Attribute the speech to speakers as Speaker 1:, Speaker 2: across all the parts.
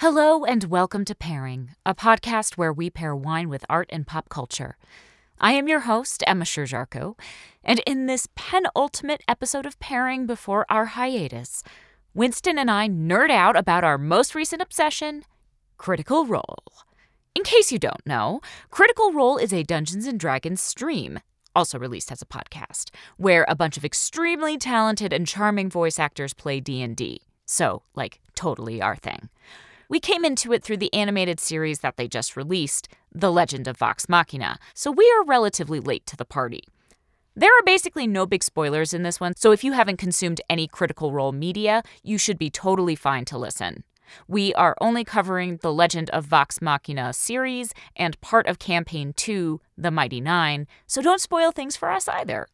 Speaker 1: Hello, and welcome to Pairing, a podcast where we pair wine with art and pop culture. I am your host, Emma Sherjarko, and in this penultimate episode of Pairing before our hiatus, Winston and I nerd out about our most recent obsession, Critical Role. In case you don't know, Critical Role is a Dungeons and Dragons stream, also released as a podcast, where a bunch of extremely talented and charming voice actors play D&D. So, like, totally our thing. We came into it through the animated series that they just released, The Legend of Vox Machina, so we are relatively late to the party. There are basically no big spoilers in this one, so if you haven't consumed any Critical Role media, you should be totally fine to listen. We are only covering the Legend of Vox Machina series and part of Campaign 2, The Mighty Nine, so don't spoil things for us either.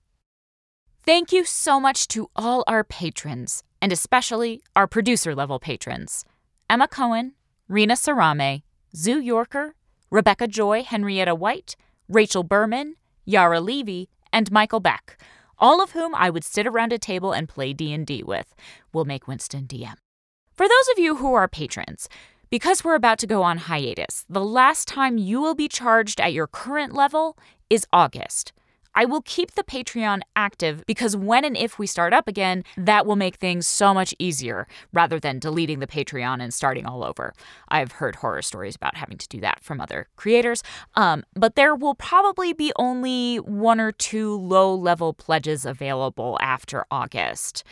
Speaker 1: Thank you so much to all our patrons, and especially our producer level patrons Emma Cohen, Rena Sarame, Zoo Yorker, Rebecca Joy Henrietta White, Rachel Berman, Yara Levy, and Michael Beck, all of whom I would sit around a table and play D&D with. We'll make Winston DM. For those of you who are patrons, because we're about to go on hiatus, the last time you will be charged at your current level is August. I will keep the Patreon active because when and if we start up again, that will make things so much easier rather than deleting the Patreon and starting all over. I've heard horror stories about having to do that from other creators. Um, but there will probably be only one or two low level pledges available after August.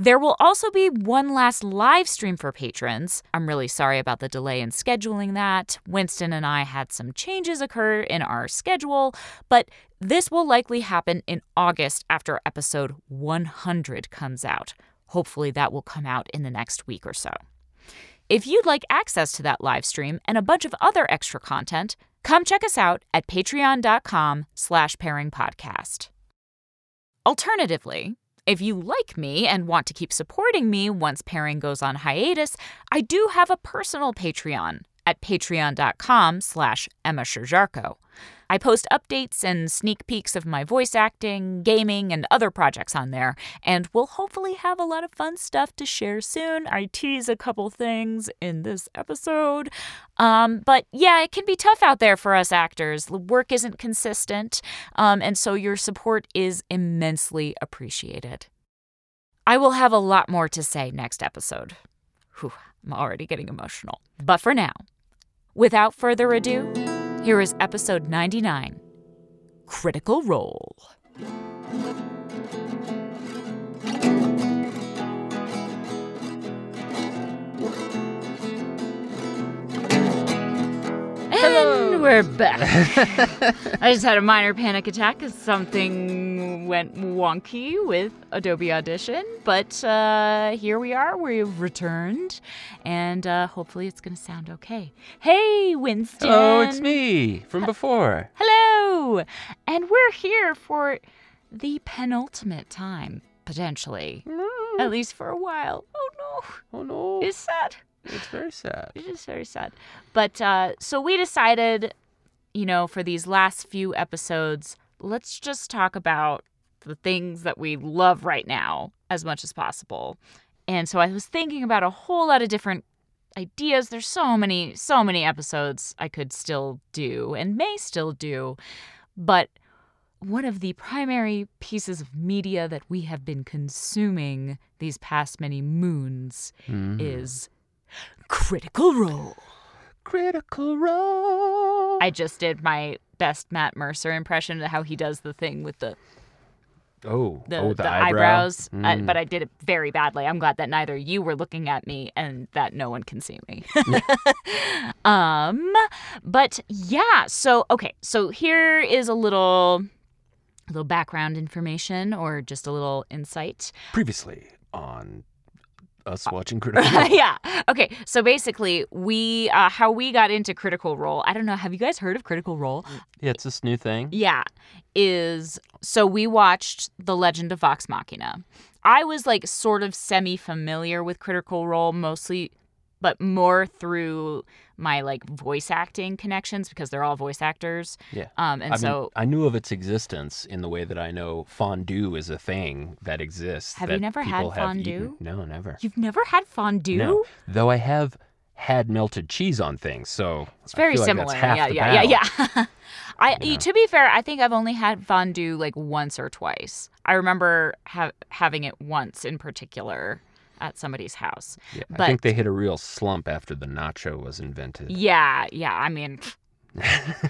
Speaker 1: There will also be one last live stream for patrons. I'm really sorry about the delay in scheduling that. Winston and I had some changes occur in our schedule, but this will likely happen in August after episode 100 comes out. Hopefully, that will come out in the next week or so. If you'd like access to that live stream and a bunch of other extra content, come check us out at patreon.com slash pairingpodcast. Alternatively, if you like me and want to keep supporting me once pairing goes on hiatus, I do have a personal Patreon at patreon.com slash Emma Sherjarko. I post updates and sneak peeks of my voice acting, gaming, and other projects on there, and we'll hopefully have a lot of fun stuff to share soon. I tease a couple things in this episode. Um, but yeah, it can be tough out there for us actors. The work isn't consistent, um, and so your support is immensely appreciated. I will have a lot more to say next episode. Whew, I'm already getting emotional. But for now, without further ado, here is episode 99 Critical Role. And we're back. I just had a minor panic attack because something went wonky with Adobe Audition, but uh, here we are. We've returned, and uh, hopefully it's going to sound okay. Hey, Winston.
Speaker 2: Oh, it's me
Speaker 1: Uh,
Speaker 2: from before.
Speaker 1: Hello! And we're here for the penultimate time, potentially. At least for a while. Oh
Speaker 2: Oh no,
Speaker 1: no. It's sad.
Speaker 2: it's very sad.
Speaker 1: It is very sad. But uh, so we decided, you know, for these last few episodes, let's just talk about the things that we love right now as much as possible. And so I was thinking about a whole lot of different ideas. There's so many, so many episodes I could still do and may still do. But one of the primary pieces of media that we have been consuming these past many moons is Critical Role.
Speaker 2: Critical role.
Speaker 1: I just did my best Matt Mercer impression of how he does the thing with the
Speaker 2: oh,
Speaker 1: the,
Speaker 2: oh, the,
Speaker 1: the
Speaker 2: eyebrow.
Speaker 1: eyebrows, I-
Speaker 2: Mm.
Speaker 1: but I did it very badly. I'm glad that neither you were looking at me and that no one can see me. um, but yeah, so okay, so here is a little a little background information or just a little insight.
Speaker 2: Previously on us
Speaker 1: Uh,
Speaker 2: watching Critical Role.
Speaker 1: yeah. Okay. So basically, we uh, how we got into Critical Role. I don't know. Have you guys heard of Critical Role?
Speaker 2: yeah, it's this new thing.
Speaker 1: Yeah, is so we watched The Legend of Vox Machina. I was like sort of semi familiar with Critical Role mostly, but more through my like voice acting connections because they're all voice actors.
Speaker 2: Yeah.
Speaker 1: Um, and
Speaker 2: I mean,
Speaker 1: so
Speaker 2: I knew of its existence in the way that I know fondue is a thing that exists.
Speaker 1: Have you
Speaker 2: that
Speaker 1: never had
Speaker 2: people have
Speaker 1: fondue?
Speaker 2: eaten. No, never.
Speaker 1: you've never had fondue?
Speaker 2: No. Though I have had melted cheese on things. So
Speaker 1: It's very
Speaker 2: I feel
Speaker 1: similar.
Speaker 2: Like that's half
Speaker 1: yeah,
Speaker 2: the
Speaker 1: yeah,
Speaker 2: battle.
Speaker 1: yeah, yeah, I
Speaker 2: You know?
Speaker 1: to be fair, I think I've only had fondue like once or twice. I remember ha- having it once in particular at somebody's house.
Speaker 2: Yeah,
Speaker 1: But-
Speaker 2: I think they hit a real slump after the nacho was invented.
Speaker 1: Yeah, yeah. I mean,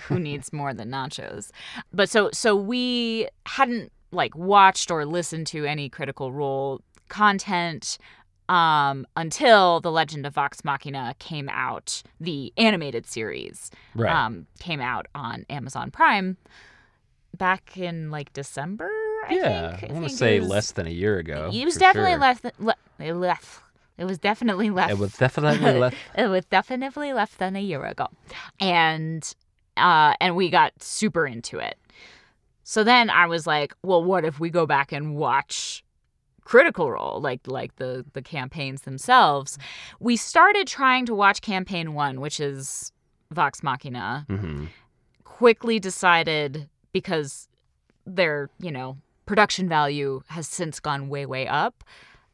Speaker 1: who needs more than nachos? But so so we hadn't like watched or listened to any critical role content um until the legend of vox machina came out the animated series
Speaker 2: Right.
Speaker 1: um came out on amazon prime back in like december i
Speaker 2: yeah.
Speaker 1: think
Speaker 2: I
Speaker 1: think
Speaker 2: want to
Speaker 1: it
Speaker 2: say
Speaker 1: was-
Speaker 2: less than a year ago.
Speaker 1: it was
Speaker 2: for
Speaker 1: definitely
Speaker 2: sure.
Speaker 1: less than le- it left it was definitely less
Speaker 2: It was definitely less.
Speaker 1: it was definitely less than a year ago and uh and we got super into it so then i was like well what if we go back and watch critical role like like the the campaigns themselves we started trying to watch campaign one which is vox machina
Speaker 2: hmm
Speaker 1: quickly decided because their you know production value has since gone way way up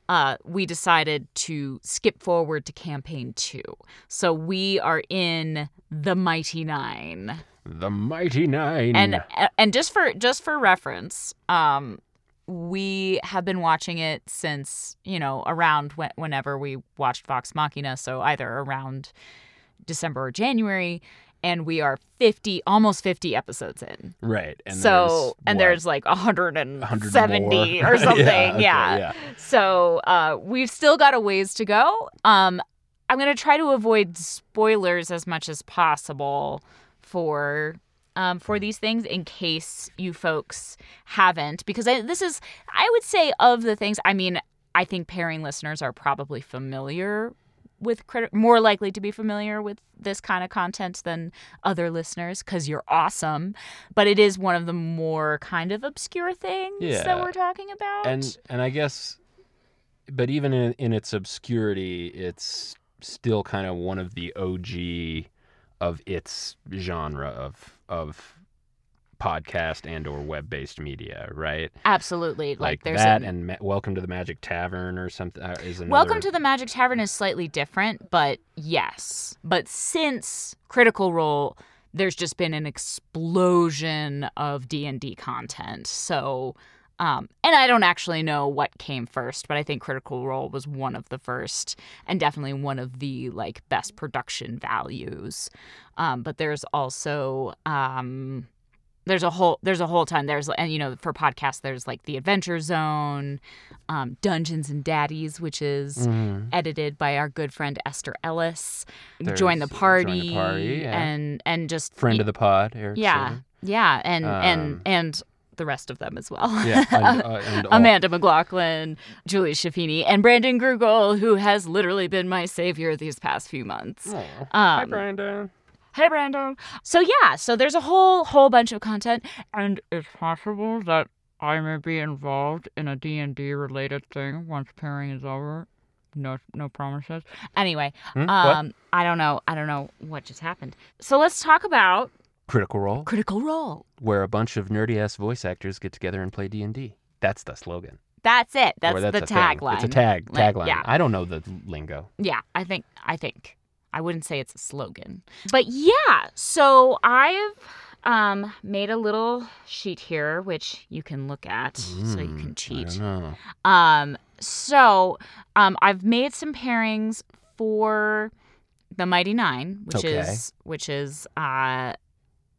Speaker 1: uh, we decided to skip forward to campaign two so we are in the mighty nine
Speaker 2: The Mighty Nine.
Speaker 1: and uh, and just for just for reference um we have been watching it since you know around when, whenever we watched vox machina so either around december or january and we are 50 almost 50 episodes in
Speaker 2: right. And
Speaker 1: so
Speaker 2: there's,
Speaker 1: and
Speaker 2: what,
Speaker 1: there's like
Speaker 2: 100
Speaker 1: 170
Speaker 2: more?
Speaker 1: or something. yeah,
Speaker 2: yeah, okay, yeah.
Speaker 1: So uh, we've still got a ways to go. Um, I'm gonna try to avoid spoilers as much as possible for um, for these things in case you folks haven't, because I, this is I would say of the things. I mean, I think pairing listeners are probably familiar with crit- more likely to be familiar with this kind of content than other listeners because you're awesome but it is one of the more kind of obscure things that
Speaker 2: Yeah.
Speaker 1: we're talking about
Speaker 2: and and I guess, but even in, in its obscurity, it's still kind of one of the OG of its genre of of podcast and or web based media, right?
Speaker 1: absolutely like,
Speaker 2: Like,
Speaker 1: there's
Speaker 2: that
Speaker 1: an-
Speaker 2: and Ma- Welcome to the Magic Tavern or something uh, is another.
Speaker 1: Welcome to the Magic Tavern is slightly different, but yes. But since Critical Role, there's just been an explosion of D&D content. So, um, and I don't actually know what came first, but I think Critical Role was one of the first and definitely one of the like best production values. Um, but there's also um, there's a whole there's a whole ton there's and you know for podcasts there's like the Adventure Zone, um, Dungeons and Daddies, which is
Speaker 2: Mhm.
Speaker 1: edited by our good friend Esther Ellis.
Speaker 2: There's
Speaker 1: join the
Speaker 2: Join the
Speaker 1: party,
Speaker 2: Party, yeah.
Speaker 1: and and just e
Speaker 2: friend of the pod, Eric.
Speaker 1: yeah
Speaker 2: Silver.
Speaker 1: yeah and and
Speaker 2: Um,
Speaker 1: and the rest of them as well.
Speaker 2: yeah, and, uh, and all-
Speaker 1: Amanda McLaughlin, Julie Shaffini, and Brandon Grugel, who has literally been my savior these past few months.
Speaker 2: Aw. Hi,
Speaker 1: Um,
Speaker 2: Brandon.
Speaker 1: Hey, Brandon. So yeah, so there's a whole whole bunch of content, and it's possible that I may be involved in a D and D related thing once pairing is over. No, no promises. Anyway,
Speaker 2: Hmm? what?
Speaker 1: um, I don't know. I don't know what just happened. So let's talk about
Speaker 2: Critical Role,
Speaker 1: Critical Role.
Speaker 2: where a bunch of nerdy ass voice actors get together and play D and D. That's the slogan.
Speaker 1: That's it.
Speaker 2: Or
Speaker 1: That's, the
Speaker 2: a thing.
Speaker 1: tagline.
Speaker 2: It's a tag
Speaker 1: Like,
Speaker 2: tagline.
Speaker 1: yeah.
Speaker 2: I don't know the lingo.
Speaker 1: Yeah, I think I think I wouldn't say it's a slogan, but yeah. So I've um, made a little sheet here, which you can look at, so you
Speaker 2: Mm,
Speaker 1: can
Speaker 2: I
Speaker 1: cheat.
Speaker 2: don't know.
Speaker 1: Um, so um, I've made some pairings for the Mighty Nine, which
Speaker 2: Okay.
Speaker 1: is which is uh,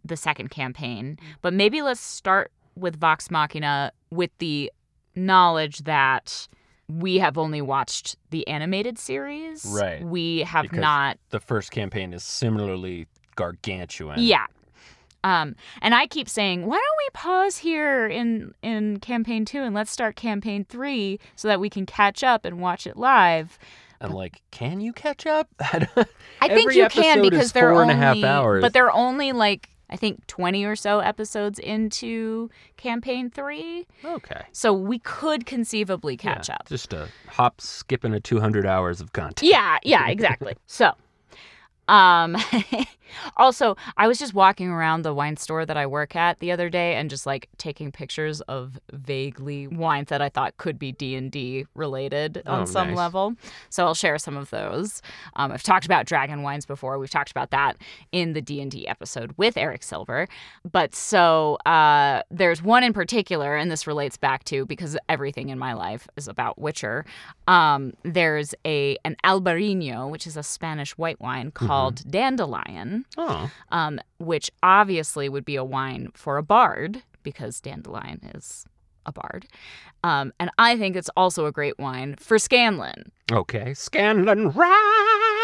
Speaker 1: the second campaign. But maybe let's start with Vox Machina with the knowledge that we have only watched the animated series.
Speaker 2: Right.
Speaker 1: We have
Speaker 2: Because-
Speaker 1: not.
Speaker 2: The first campaign is similarly gargantuan.
Speaker 1: Yeah. Um, and I keep saying, why don't we pause here in in campaign two and let's start campaign three so that we can catch up and watch it live.
Speaker 2: I'm like, can you catch up? I don't-
Speaker 1: I think
Speaker 2: Every
Speaker 1: you can
Speaker 2: episode is
Speaker 1: because they're
Speaker 2: four and
Speaker 1: only
Speaker 2: a half hours.
Speaker 1: but they're only like I think twenty or so episodes into campaign three,
Speaker 2: okay.
Speaker 1: so we could conceivably catch
Speaker 2: Yeah,
Speaker 1: up.
Speaker 2: Just a hop, skip, and a 200 hours of content.
Speaker 1: Yeah, yeah, exactly. so, um, Also, I was just walking around the wine store that I work at the other day and just like taking pictures of vaguely wines that I thought could be D&D related on
Speaker 2: Oh,
Speaker 1: some
Speaker 2: nice.
Speaker 1: level. So I'll share some of those. Um, I've talked about dragon wines before. We've talked about that in the D&D episode with Eric Silver. But so uh, there's one in particular and this relates back to because everything in my life is about Witcher. Um, there's a an Albarino, which is a Spanish white wine
Speaker 2: Mm-hmm.
Speaker 1: called Dandelion
Speaker 2: Oh,
Speaker 1: um, which obviously would be a wine for a bard because dandelion is a bard. Um, and I think it's also a great wine for Scanlan.
Speaker 2: okay. Scanlan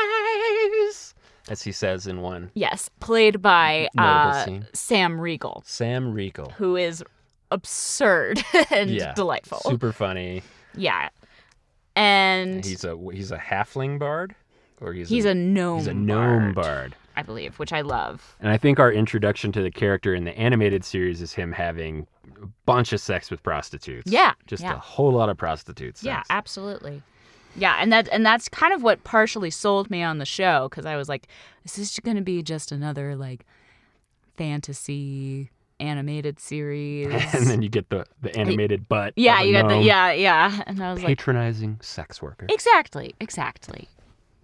Speaker 2: rise, as he says in one
Speaker 1: Yes, played by
Speaker 2: notable
Speaker 1: uh,
Speaker 2: scene.
Speaker 1: Sam Riegel,
Speaker 2: Sam Riegel,
Speaker 1: who is absurd and
Speaker 2: Yeah,
Speaker 1: delightful.
Speaker 2: super funny.
Speaker 1: Yeah. And he's,
Speaker 2: He's a he's a halfling bard, or he's
Speaker 1: a gnome.
Speaker 2: he's a gnome
Speaker 1: bard,
Speaker 2: bard.
Speaker 1: I believe, which I love.
Speaker 2: And I think our introduction to the character in the animated series is him having a bunch of sex with prostitutes.
Speaker 1: Yeah,
Speaker 2: Just
Speaker 1: yeah.
Speaker 2: a whole lot of prostitutes.
Speaker 1: Yeah, absolutely. Yeah, and that and that's kind of what partially sold me on the show because I was like, this is going to be just another like fantasy animated series.
Speaker 2: And then you get the, the animated butt.
Speaker 1: yeah,
Speaker 2: of a
Speaker 1: you got the
Speaker 2: gnome
Speaker 1: yeah, yeah, and I was like,
Speaker 2: Patronizing sex worker.
Speaker 1: exactly, exactly,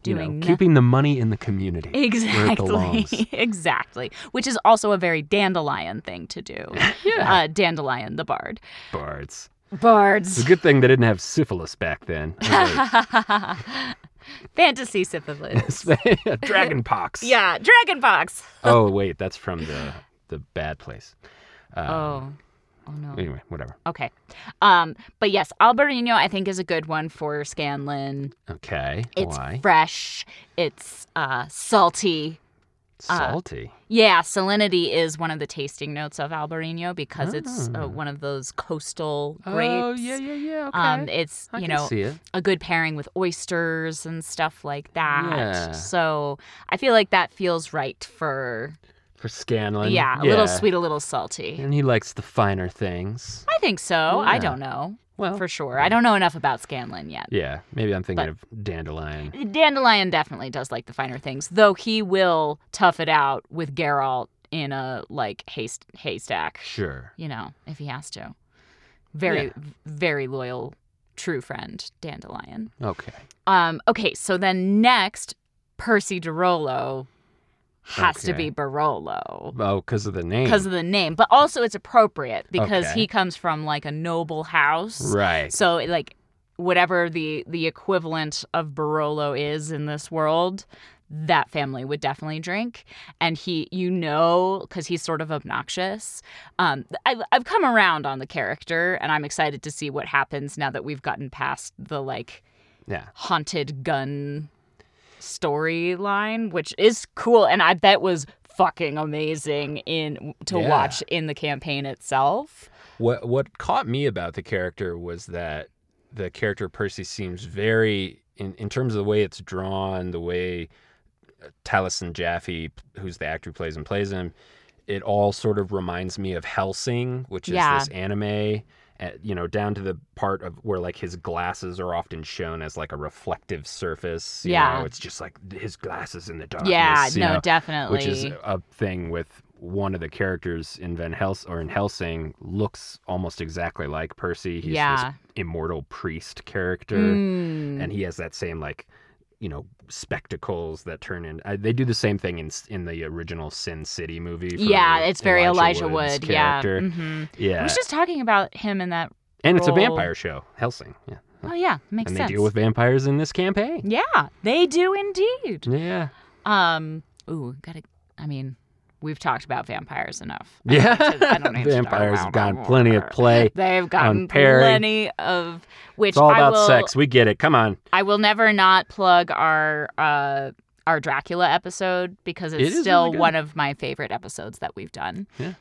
Speaker 2: You know,
Speaker 1: doing
Speaker 2: keeping the money in the community.
Speaker 1: no-
Speaker 2: Where it belongs.
Speaker 1: exactly, exactly, which is also a very dandelion thing to do.
Speaker 2: Yeah.
Speaker 1: uh, dandelion the bard,
Speaker 2: Bards. It's
Speaker 1: bards,
Speaker 2: a good thing they didn't have syphilis back then. Oh,
Speaker 1: fantasy syphilis.
Speaker 2: wait. Dragon pox.
Speaker 1: yeah, dragon box.
Speaker 2: Oh wait, that's from the the bad place. Uh,
Speaker 1: Oh, oh no.
Speaker 2: Anyway, whatever.
Speaker 1: Okay. Um, but yes, Albarino I think is a good one for Scanlan.
Speaker 2: Okay.
Speaker 1: It's
Speaker 2: Why?
Speaker 1: fresh, it's uh salty. uh,
Speaker 2: Salty.
Speaker 1: Yeah, salinity is one of the tasting notes of Albarino because it's uh,
Speaker 2: Oh.
Speaker 1: one of those coastal grapes.
Speaker 2: Oh yeah, yeah, yeah. Okay.
Speaker 1: Um, it's
Speaker 2: I
Speaker 1: you
Speaker 2: can
Speaker 1: know
Speaker 2: see it.
Speaker 1: a good pairing with oysters and stuff like that.
Speaker 2: Yeah.
Speaker 1: So I feel like that feels right for
Speaker 2: for Scanlan.
Speaker 1: yeah, a little sweet, a little salty.
Speaker 2: And he likes the finer things.
Speaker 1: I think so. I
Speaker 2: Yeah. Oh.
Speaker 1: don't know
Speaker 2: Well,
Speaker 1: for sure. I don't know enough about Scanlan yet.
Speaker 2: yeah, maybe I'm thinking of dandelion.
Speaker 1: Dandelion definitely does like the finer things, though he will tough it out with Geralt in a like hayst- haystack,
Speaker 2: Sure.
Speaker 1: you know, if he has to. Very,
Speaker 2: Yeah.
Speaker 1: very loyal, true friend, Dandelion.
Speaker 2: Okay.
Speaker 1: Um, okay, so then next, Percy DeRolo has to
Speaker 2: Okay.
Speaker 1: be Barolo
Speaker 2: Oh, because of the name.
Speaker 1: because of the name, but also it's appropriate because
Speaker 2: Okay.
Speaker 1: he comes from like a noble house.
Speaker 2: right.
Speaker 1: So like whatever the the equivalent of Barolo is in this world, that family would definitely drink. And he, you know, because he's sort of obnoxious. Um, I, I've come around on the character, and I'm excited to see what happens now that we've gotten past the like
Speaker 2: Yeah.
Speaker 1: haunted gun storyline, which is cool, and I bet was fucking amazing in to
Speaker 2: Yeah.
Speaker 1: watch in the campaign itself.
Speaker 2: What What caught me about the character was that the character Percy seems very, in in terms of the way it's drawn, the way uh, Taliesin Jaffe, who's the actor who plays and plays him, it all sort of reminds me of Helsing, which is
Speaker 1: Yeah.
Speaker 2: this anime. uh, You know, down to the part of where like his glasses are often shown as like a reflective surface. you
Speaker 1: Yeah.
Speaker 2: know, it's just like his glasses in the darkness.
Speaker 1: yeah,
Speaker 2: you
Speaker 1: no,
Speaker 2: know,
Speaker 1: definitely.
Speaker 2: which is a thing with one of the characters in Van Hels or in Helsing looks almost exactly like Percy. He's
Speaker 1: Yeah.
Speaker 2: this immortal priest character,
Speaker 1: Mm.
Speaker 2: and he has that same like, you know, spectacles that turn in. I, they do the same thing in in the original Sin City movie. for
Speaker 1: yeah, it's very Elijah,
Speaker 2: Wood's
Speaker 1: Wood.
Speaker 2: character.
Speaker 1: Yeah. hmm I
Speaker 2: yeah,
Speaker 1: was just talking about him in that.
Speaker 2: and it's a
Speaker 1: role.
Speaker 2: vampire show, Helsing. Yeah,
Speaker 1: Oh yeah, makes
Speaker 2: and they
Speaker 1: sense.
Speaker 2: deal with vampires in this campaign.
Speaker 1: yeah, they do indeed.
Speaker 2: Yeah,
Speaker 1: Um, ooh, gotta. I mean, we've talked about vampires enough. I don't
Speaker 2: yeah.
Speaker 1: need to- I don't need to talk
Speaker 2: vampires have
Speaker 1: about
Speaker 2: gotten
Speaker 1: more.
Speaker 2: plenty of play.
Speaker 1: They've gotten
Speaker 2: Perry.
Speaker 1: plenty of which
Speaker 2: It's all
Speaker 1: I
Speaker 2: about
Speaker 1: will.
Speaker 2: sex. We get it. Come on.
Speaker 1: I will never not plug our uh, our Dracula episode because
Speaker 2: It
Speaker 1: it's
Speaker 2: is
Speaker 1: still
Speaker 2: really good.
Speaker 1: one of my favorite episodes that we've done.
Speaker 2: Yeah.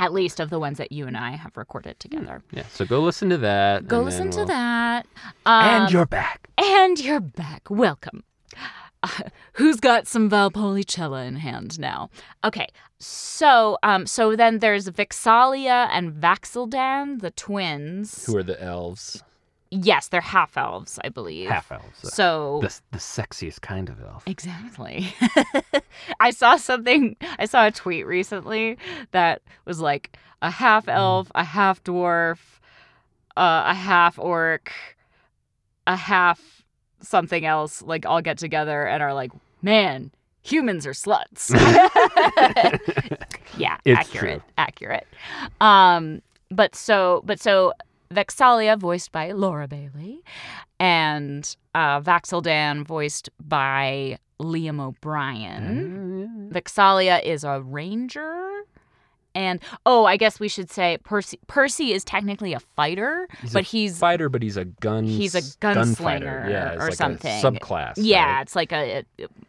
Speaker 1: At least of the ones that you and I have recorded together.
Speaker 2: Yeah, so go listen to that.
Speaker 1: Go
Speaker 2: and
Speaker 1: listen
Speaker 2: then
Speaker 1: to
Speaker 2: we'll-
Speaker 1: that.
Speaker 2: and
Speaker 1: Um,
Speaker 2: you're back.
Speaker 1: and you're back. Welcome. Uh, who's got some Valpolicella in hand now? Okay, so um, so then there's Vixalia and Vaxildan, the twins.
Speaker 2: Who are the elves?
Speaker 1: Yes, they're half elves, I believe.
Speaker 2: half elves.
Speaker 1: So
Speaker 2: the the sexiest kind of elf.
Speaker 1: Exactly. I saw something, I saw a tweet recently that was like a half elf, a half dwarf, uh, a half orc, a half something else, like all get together and are like, man, humans are sluts. yeah,
Speaker 2: It's
Speaker 1: accurate,
Speaker 2: true.
Speaker 1: accurate. Um, but so, but so Vexalia, voiced by Laura Bailey, and uh, Vaxeldan, voiced by Liam O'Brien.
Speaker 2: Mm-hmm.
Speaker 1: Vexalia is a ranger. And oh, I guess we should say Percy. Percy is technically a fighter,
Speaker 2: He's a
Speaker 1: but he's
Speaker 2: fighter, but he's a gun.
Speaker 1: He's a
Speaker 2: gunfighter.
Speaker 1: gunslinger
Speaker 2: yeah, it's
Speaker 1: or
Speaker 2: like
Speaker 1: something.
Speaker 2: A subclass.
Speaker 1: yeah,
Speaker 2: right?
Speaker 1: it's like a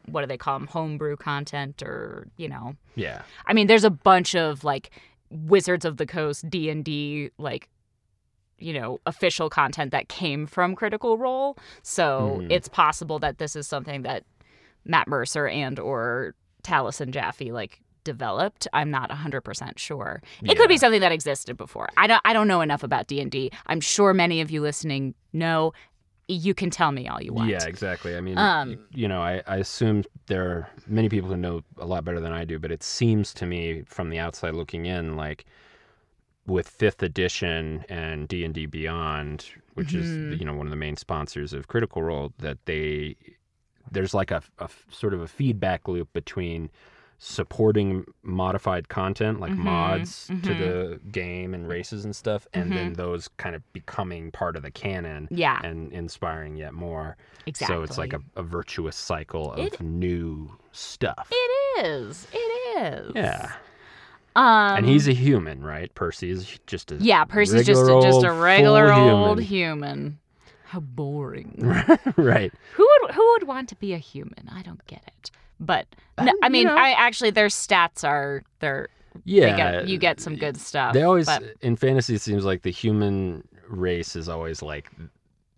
Speaker 1: what do they call them? Homebrew content, or you know,
Speaker 2: yeah.
Speaker 1: I mean, there's a bunch of like Wizards of the Coast D and D like you know official content that came from Critical Role, so
Speaker 2: Mhm.
Speaker 1: it's possible that this is something that Matt Mercer and or Taliesin Jaffe like developed. I'm not 100% sure. It could be
Speaker 2: Yeah.
Speaker 1: something that existed before. I don't I don't know enough about D&D. I'm sure many of you listening know. You can tell me all you want.
Speaker 2: Yeah, exactly. I mean,
Speaker 1: Um,
Speaker 2: y- you know, I, I assume there are many people who know a lot better than I do, but it seems to me from the outside looking in, like with fifth edition and D and D Beyond, which
Speaker 1: Mhm.
Speaker 2: is you know one of the main sponsors of Critical Role, that they there's like a, a f- sort of a feedback loop between supporting modified content like
Speaker 1: Mhm,
Speaker 2: mods to
Speaker 1: mhm.
Speaker 2: the game and races and stuff and then those kind of becoming part of the canon
Speaker 1: Mm-hmm. Yeah,
Speaker 2: and inspiring yet more
Speaker 1: exactly.
Speaker 2: so it's like a, a virtuous cycle of
Speaker 1: It-
Speaker 2: new stuff.
Speaker 1: It is. It is.
Speaker 2: yeah.
Speaker 1: Um,
Speaker 2: and he's a human, right? Percy is just a
Speaker 1: yeah. Percy's just a,
Speaker 2: regular
Speaker 1: just a
Speaker 2: old
Speaker 1: regular
Speaker 2: full
Speaker 1: old human. How boring.
Speaker 2: right.
Speaker 1: who would who would want to be a human? I don't get it. But no,
Speaker 2: Um,
Speaker 1: I
Speaker 2: you
Speaker 1: mean,
Speaker 2: know.
Speaker 1: I actually their stats are they're
Speaker 2: Yeah.
Speaker 1: they get, you get some good stuff.
Speaker 2: They always
Speaker 1: but-
Speaker 2: in fantasy it seems like the human race is always like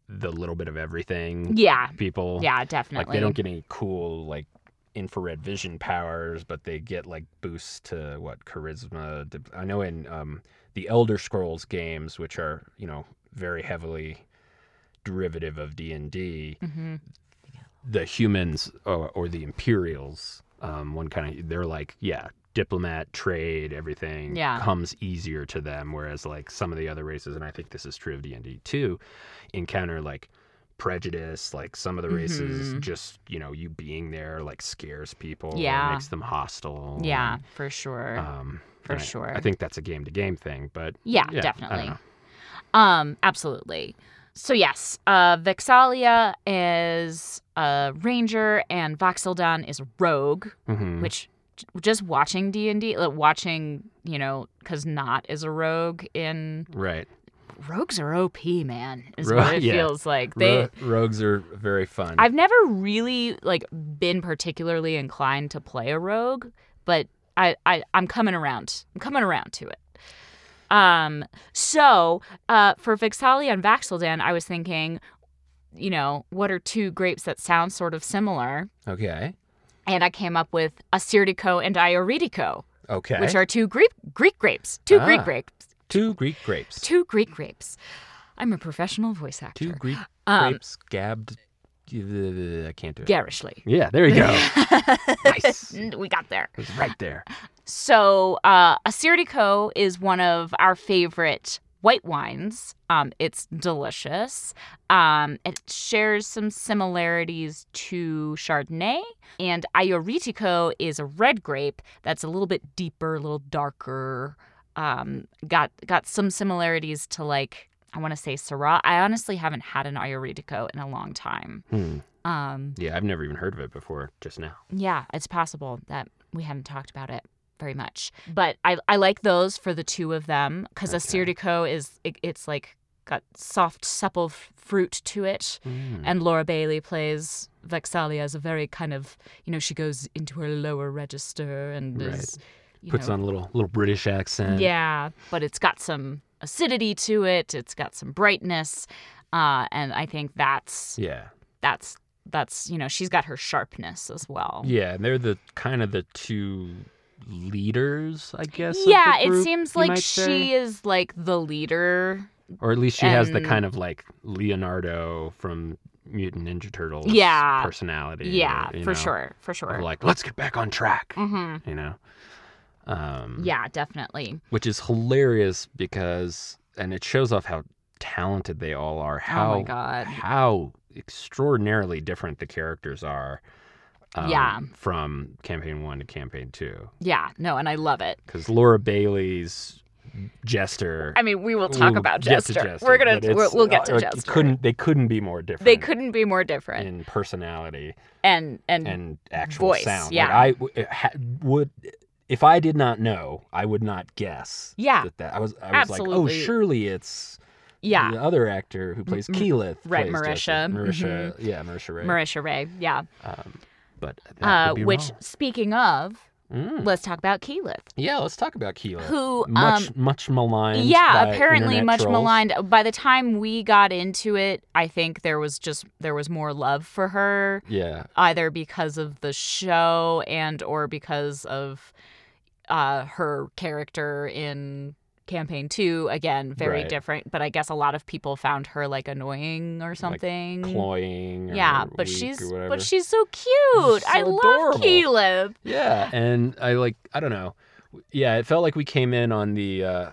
Speaker 2: the little bit of everything
Speaker 1: yeah
Speaker 2: people.
Speaker 1: yeah
Speaker 2: Like
Speaker 1: definitely
Speaker 2: they don't get any cool like infrared vision powers, but they get like boosts to what charisma. dip- I know in um, the Elder Scrolls games, which are you know very heavily derivative of D and D,
Speaker 1: Mhm.
Speaker 2: the humans or, or the Imperials, um, one kind of they're like yeah diplomat trade everything
Speaker 1: Yeah.
Speaker 2: comes easier to them whereas like some of the other races and i think this is true of d&d too encounter like prejudice like some of the races
Speaker 1: Mhm.
Speaker 2: just you know you being there like scares people or
Speaker 1: Yeah.
Speaker 2: makes them hostile
Speaker 1: yeah
Speaker 2: and,
Speaker 1: for sure
Speaker 2: um
Speaker 1: For
Speaker 2: and I-
Speaker 1: sure.
Speaker 2: i think that's a game to game thing but
Speaker 1: Yeah,
Speaker 2: yeah, I don't
Speaker 1: definitely.
Speaker 2: know.
Speaker 1: Um, absolutely. So yes, uh, Vexalia is a ranger and Voxeldon is a rogue,
Speaker 2: Mhm.
Speaker 1: which j- just watching D and D, watching you know, because Not is a rogue in
Speaker 2: right
Speaker 1: rogues are OP, man. Is
Speaker 2: Ro-
Speaker 1: what it
Speaker 2: yeah.
Speaker 1: feels like. They,
Speaker 2: Ro- rogues are very fun
Speaker 1: I've never really like been particularly inclined to play a rogue, but I, I I'm coming around. I'm coming around to it. Um so uh for Vixalia and Vaxeldan, I was thinking, you know, what are two grapes that sound sort of similar?
Speaker 2: okay
Speaker 1: And I came up with Assyrtiko and Ioretico,
Speaker 2: okay
Speaker 1: which are two Greek Greek grapes. Two Greek
Speaker 2: Ah.
Speaker 1: grapes.
Speaker 2: two greek grapes
Speaker 1: Two Greek grapes. I'm a professional voice actor.
Speaker 2: Two Greek
Speaker 1: Um,
Speaker 2: grapes gabbed. I can't do it.
Speaker 1: Garishly.
Speaker 2: Yeah, there you go. nice. It
Speaker 1: we got there.
Speaker 2: was right there.
Speaker 1: So, uh, Assyrtiko is one of our favorite white wines. Um, it's delicious. Um, it shares some similarities to Chardonnay. And Ioretico is a red grape that's a little bit deeper, a little darker. Um, got got some similarities to like I want to say Syrah. I honestly haven't had an Ioretico in a long time.
Speaker 2: Hmm.
Speaker 1: Um,
Speaker 2: Yeah, I've never even heard of it before just now.
Speaker 1: yeah, it's possible that we haven't talked about it very much. But I, I like those for the two of them because
Speaker 2: Okay.
Speaker 1: a Assyrtiko is, it, it's like got soft, supple f- fruit to it.
Speaker 2: Hmm.
Speaker 1: And Laura Bailey plays Vexalia as a very kind of, you know, she goes into her lower register and
Speaker 2: Right.
Speaker 1: is, you
Speaker 2: Puts
Speaker 1: know,
Speaker 2: on a little little British accent.
Speaker 1: yeah, but it's got some acidity to it. It's got some brightness. Uh, and I think that's,
Speaker 2: Yeah.
Speaker 1: that's, that's, you know, she's got her sharpness as well.
Speaker 2: Yeah, and they're the kind of the two leaders, I guess. of the
Speaker 1: yeah it
Speaker 2: group,
Speaker 1: seems
Speaker 2: you
Speaker 1: like
Speaker 2: might
Speaker 1: she
Speaker 2: say.
Speaker 1: is like the leader
Speaker 2: or at least she has the
Speaker 1: And-
Speaker 2: kind of like Leonardo from Mutant Ninja Turtles
Speaker 1: Yeah.
Speaker 2: personality.
Speaker 1: yeah,
Speaker 2: you
Speaker 1: for
Speaker 2: know,
Speaker 1: sure, for
Speaker 2: of
Speaker 1: sure.
Speaker 2: Like, let's get back on track,
Speaker 1: hmm
Speaker 2: you know? Um,
Speaker 1: Yeah, definitely.
Speaker 2: Which is hilarious because, and it shows off how talented they all are, how,
Speaker 1: oh my god.
Speaker 2: how extraordinarily different the characters are. um,
Speaker 1: Yeah.
Speaker 2: From campaign one to campaign two.
Speaker 1: Yeah, no, and I love it.
Speaker 2: Because Laura Bailey's Jester.
Speaker 1: I mean, we will talk
Speaker 2: Ooh,
Speaker 1: about
Speaker 2: get to
Speaker 1: Jester. We're gonna
Speaker 2: but it's-
Speaker 1: we'll, we'll get to
Speaker 2: uh,
Speaker 1: Jester.
Speaker 2: Couldn't they couldn't be more different?
Speaker 1: they couldn't be more different.
Speaker 2: in personality
Speaker 1: And and,
Speaker 2: and actual
Speaker 1: Voice,
Speaker 2: sound.
Speaker 1: yeah.
Speaker 2: Like I w- it ha- would if I did not know, I would not guess.
Speaker 1: yeah,
Speaker 2: That, that I was I was like, oh,
Speaker 1: Absolutely.
Speaker 2: surely it's
Speaker 1: yeah,
Speaker 2: the other actor who plays
Speaker 1: M-
Speaker 2: Keyleth,
Speaker 1: right,
Speaker 2: plays Jester.
Speaker 1: Marisha. Mm-hmm.
Speaker 2: Marisha, yeah, Marisha Ray.
Speaker 1: Marisha Ray. Yeah.
Speaker 2: Um, but that
Speaker 1: Uh,
Speaker 2: would be
Speaker 1: which
Speaker 2: wrong.
Speaker 1: speaking of,
Speaker 2: Mm.
Speaker 1: let's talk about Keyleth,
Speaker 2: yeah, let's talk about Keyleth.
Speaker 1: who um
Speaker 2: much much maligned.
Speaker 1: yeah
Speaker 2: by
Speaker 1: apparently
Speaker 2: internet
Speaker 1: much
Speaker 2: trolls.
Speaker 1: maligned by the time we got into it i think there was just there was more love for her
Speaker 2: Yeah,
Speaker 1: either because of the show and or because of uh, her character in campaign two again very
Speaker 2: Right.
Speaker 1: different but i guess a lot of people found her like annoying or something
Speaker 2: cloying. Or
Speaker 1: yeah but
Speaker 2: weak
Speaker 1: she's
Speaker 2: or whatever.
Speaker 1: but she's so cute
Speaker 2: She's
Speaker 1: i
Speaker 2: so
Speaker 1: love
Speaker 2: adorable.
Speaker 1: caleb
Speaker 2: Yeah, and I like I don't know. Yeah, it felt like we came in on the uh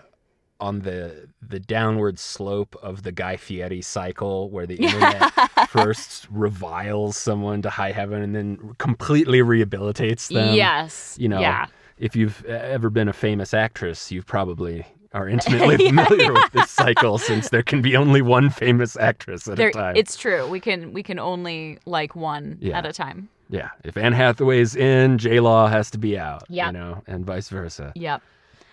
Speaker 2: on the the downward slope of the Guy Fieri cycle where the internet first reviles someone to high heaven and then completely rehabilitates them.
Speaker 1: yes
Speaker 2: you know,
Speaker 1: yeah
Speaker 2: If you've uh, ever been a famous actress, you probably are intimately familiar with this cycle since there can be only one famous actress at
Speaker 1: there,
Speaker 2: a time.
Speaker 1: it's true we can we can only like one
Speaker 2: Yeah.
Speaker 1: at a time
Speaker 2: Yeah, if Anne Hathaway's in, J Law has to be out.
Speaker 1: Yeah.
Speaker 2: you know, and vice versa.
Speaker 1: Yep.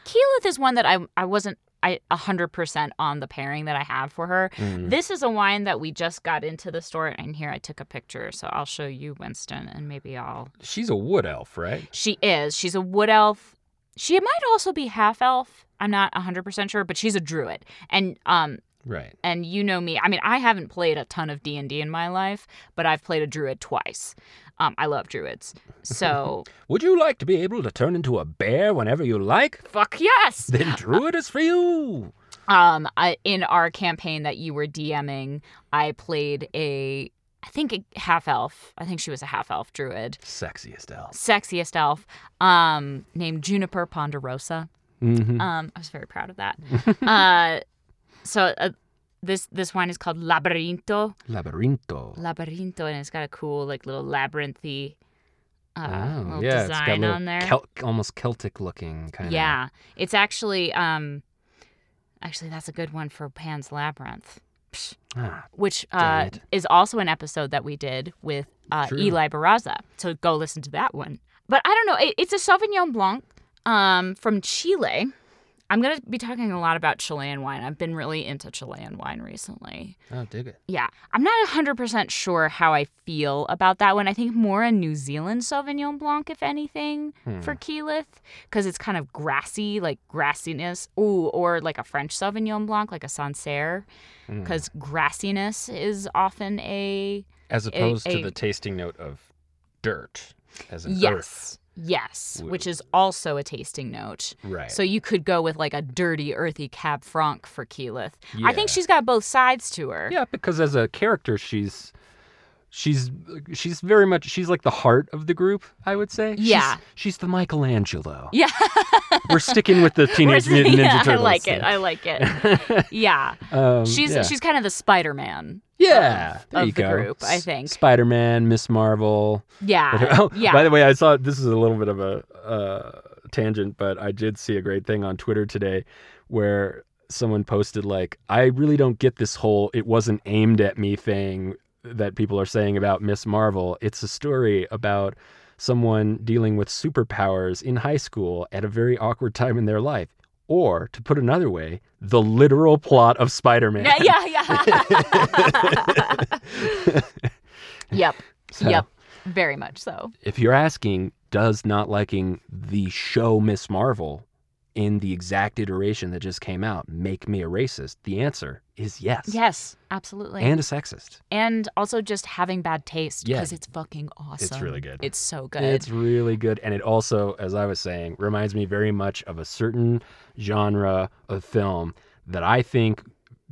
Speaker 1: Keyleth is one that I I wasn't I 100% on the pairing that I have for her.
Speaker 2: Mm.
Speaker 1: This is a wine that we just got into the store and here I took a picture so I'll show you Winston and maybe I'll
Speaker 2: She's a wood elf, right?
Speaker 1: She is. She's a wood elf. She might also be half elf. I'm not 100% sure, but she's a druid. And um
Speaker 2: Right.
Speaker 1: and you know me. I mean, I haven't played a ton of D&D in my life, but I've played a druid twice. Um I love druids. So,
Speaker 2: Would you like to be able to turn into a bear whenever you like?
Speaker 1: fuck yes.
Speaker 2: Then Druid is for you.
Speaker 1: um I, in our campaign that you were DMing, I played a I think a half elf. I think she was a half elf druid,
Speaker 2: Sexiest elf.
Speaker 1: sexiest elf, um named Juniper Ponderosa.
Speaker 2: Mm-hmm.
Speaker 1: Um I was very proud of that. uh so uh, this this wine is called Laberinto.
Speaker 2: Labyrinto.
Speaker 1: Laberinto and it's got a cool like little labyrinthy uh
Speaker 2: Oh,
Speaker 1: little
Speaker 2: yeah, it's
Speaker 1: design
Speaker 2: got a little
Speaker 1: on there.
Speaker 2: Kel- almost Celtic looking kind of.
Speaker 1: Yeah, it's actually um, actually that's a good one for Pan's Labyrinth,
Speaker 2: Ah,
Speaker 1: which
Speaker 2: Dang
Speaker 1: uh,
Speaker 2: it.
Speaker 1: is also an episode that we did with uh,
Speaker 2: True.
Speaker 1: Eli Barraza. So go listen to that one. But I don't know. It, it's a Sauvignon Blanc um, from Chile. I'm gonna be talking a lot about Chilean wine. I've been really into Chilean wine recently.
Speaker 2: oh, dig it.
Speaker 1: Yeah, I'm not 100% sure how I feel about that one. I think more a New Zealand Sauvignon Blanc, if anything,
Speaker 2: Hmm.
Speaker 1: for Keyleth, because it's kind of grassy, like grassiness. Ooh, or like a French Sauvignon Blanc, like a Sancerre,
Speaker 2: Mm.
Speaker 1: because grassiness is often a.
Speaker 2: As opposed
Speaker 1: a-
Speaker 2: to the tasting note of dirt as an
Speaker 1: yes. Yes,
Speaker 2: Woo.
Speaker 1: which is also a tasting note.
Speaker 2: earth. Right.
Speaker 1: So you could go with like a dirty, earthy Cab Franc for Keyleth. I think
Speaker 2: Yeah.
Speaker 1: she's got both sides to her.
Speaker 2: Yeah, because as a character, she's she's she's very much she's like the heart of the group. I would say. She's-
Speaker 1: Yeah.
Speaker 2: She's, the Michelangelo.
Speaker 1: Yeah.
Speaker 2: We're sticking with the teenage
Speaker 1: Whereas-
Speaker 2: mutant
Speaker 1: yeah,
Speaker 2: ninja turtles.
Speaker 1: I like it. I like it.
Speaker 2: it.
Speaker 1: Yeah.
Speaker 2: um,
Speaker 1: She's
Speaker 2: yeah.
Speaker 1: she's kind of the Spider Man.
Speaker 2: yeah
Speaker 1: of-
Speaker 2: there
Speaker 1: of
Speaker 2: you
Speaker 1: the
Speaker 2: go.
Speaker 1: group, I
Speaker 2: S-
Speaker 1: think.
Speaker 2: Spider-Man, Miss Marvel.
Speaker 1: Yeah.
Speaker 2: oh,
Speaker 1: Uh, yeah.
Speaker 2: By the way, I saw this is a little bit of a uh, tangent, but I did see a great thing on Twitter today where someone posted like, "I really don't get this whole it wasn't aimed at me thing that people are saying about Miss Marvel. It's a story about." Someone dealing with superpowers in high school at a very awkward time in their life. Or, to put another way, the literal plot of Spider Man.
Speaker 1: yeah, yeah, yeah. yep. Yep. Very much so.
Speaker 2: if you're asking, does not liking the show Miss Marvel in the exact iteration that just came out make me a racist? The answer is yes.
Speaker 1: Yes, absolutely.
Speaker 2: And a sexist.
Speaker 1: And also just having bad taste
Speaker 2: Yeah.
Speaker 1: because it's fucking awesome.
Speaker 2: really good.
Speaker 1: It's so good.
Speaker 2: It's really good. And it also, as I was saying, reminds me very much of a certain genre of film that I think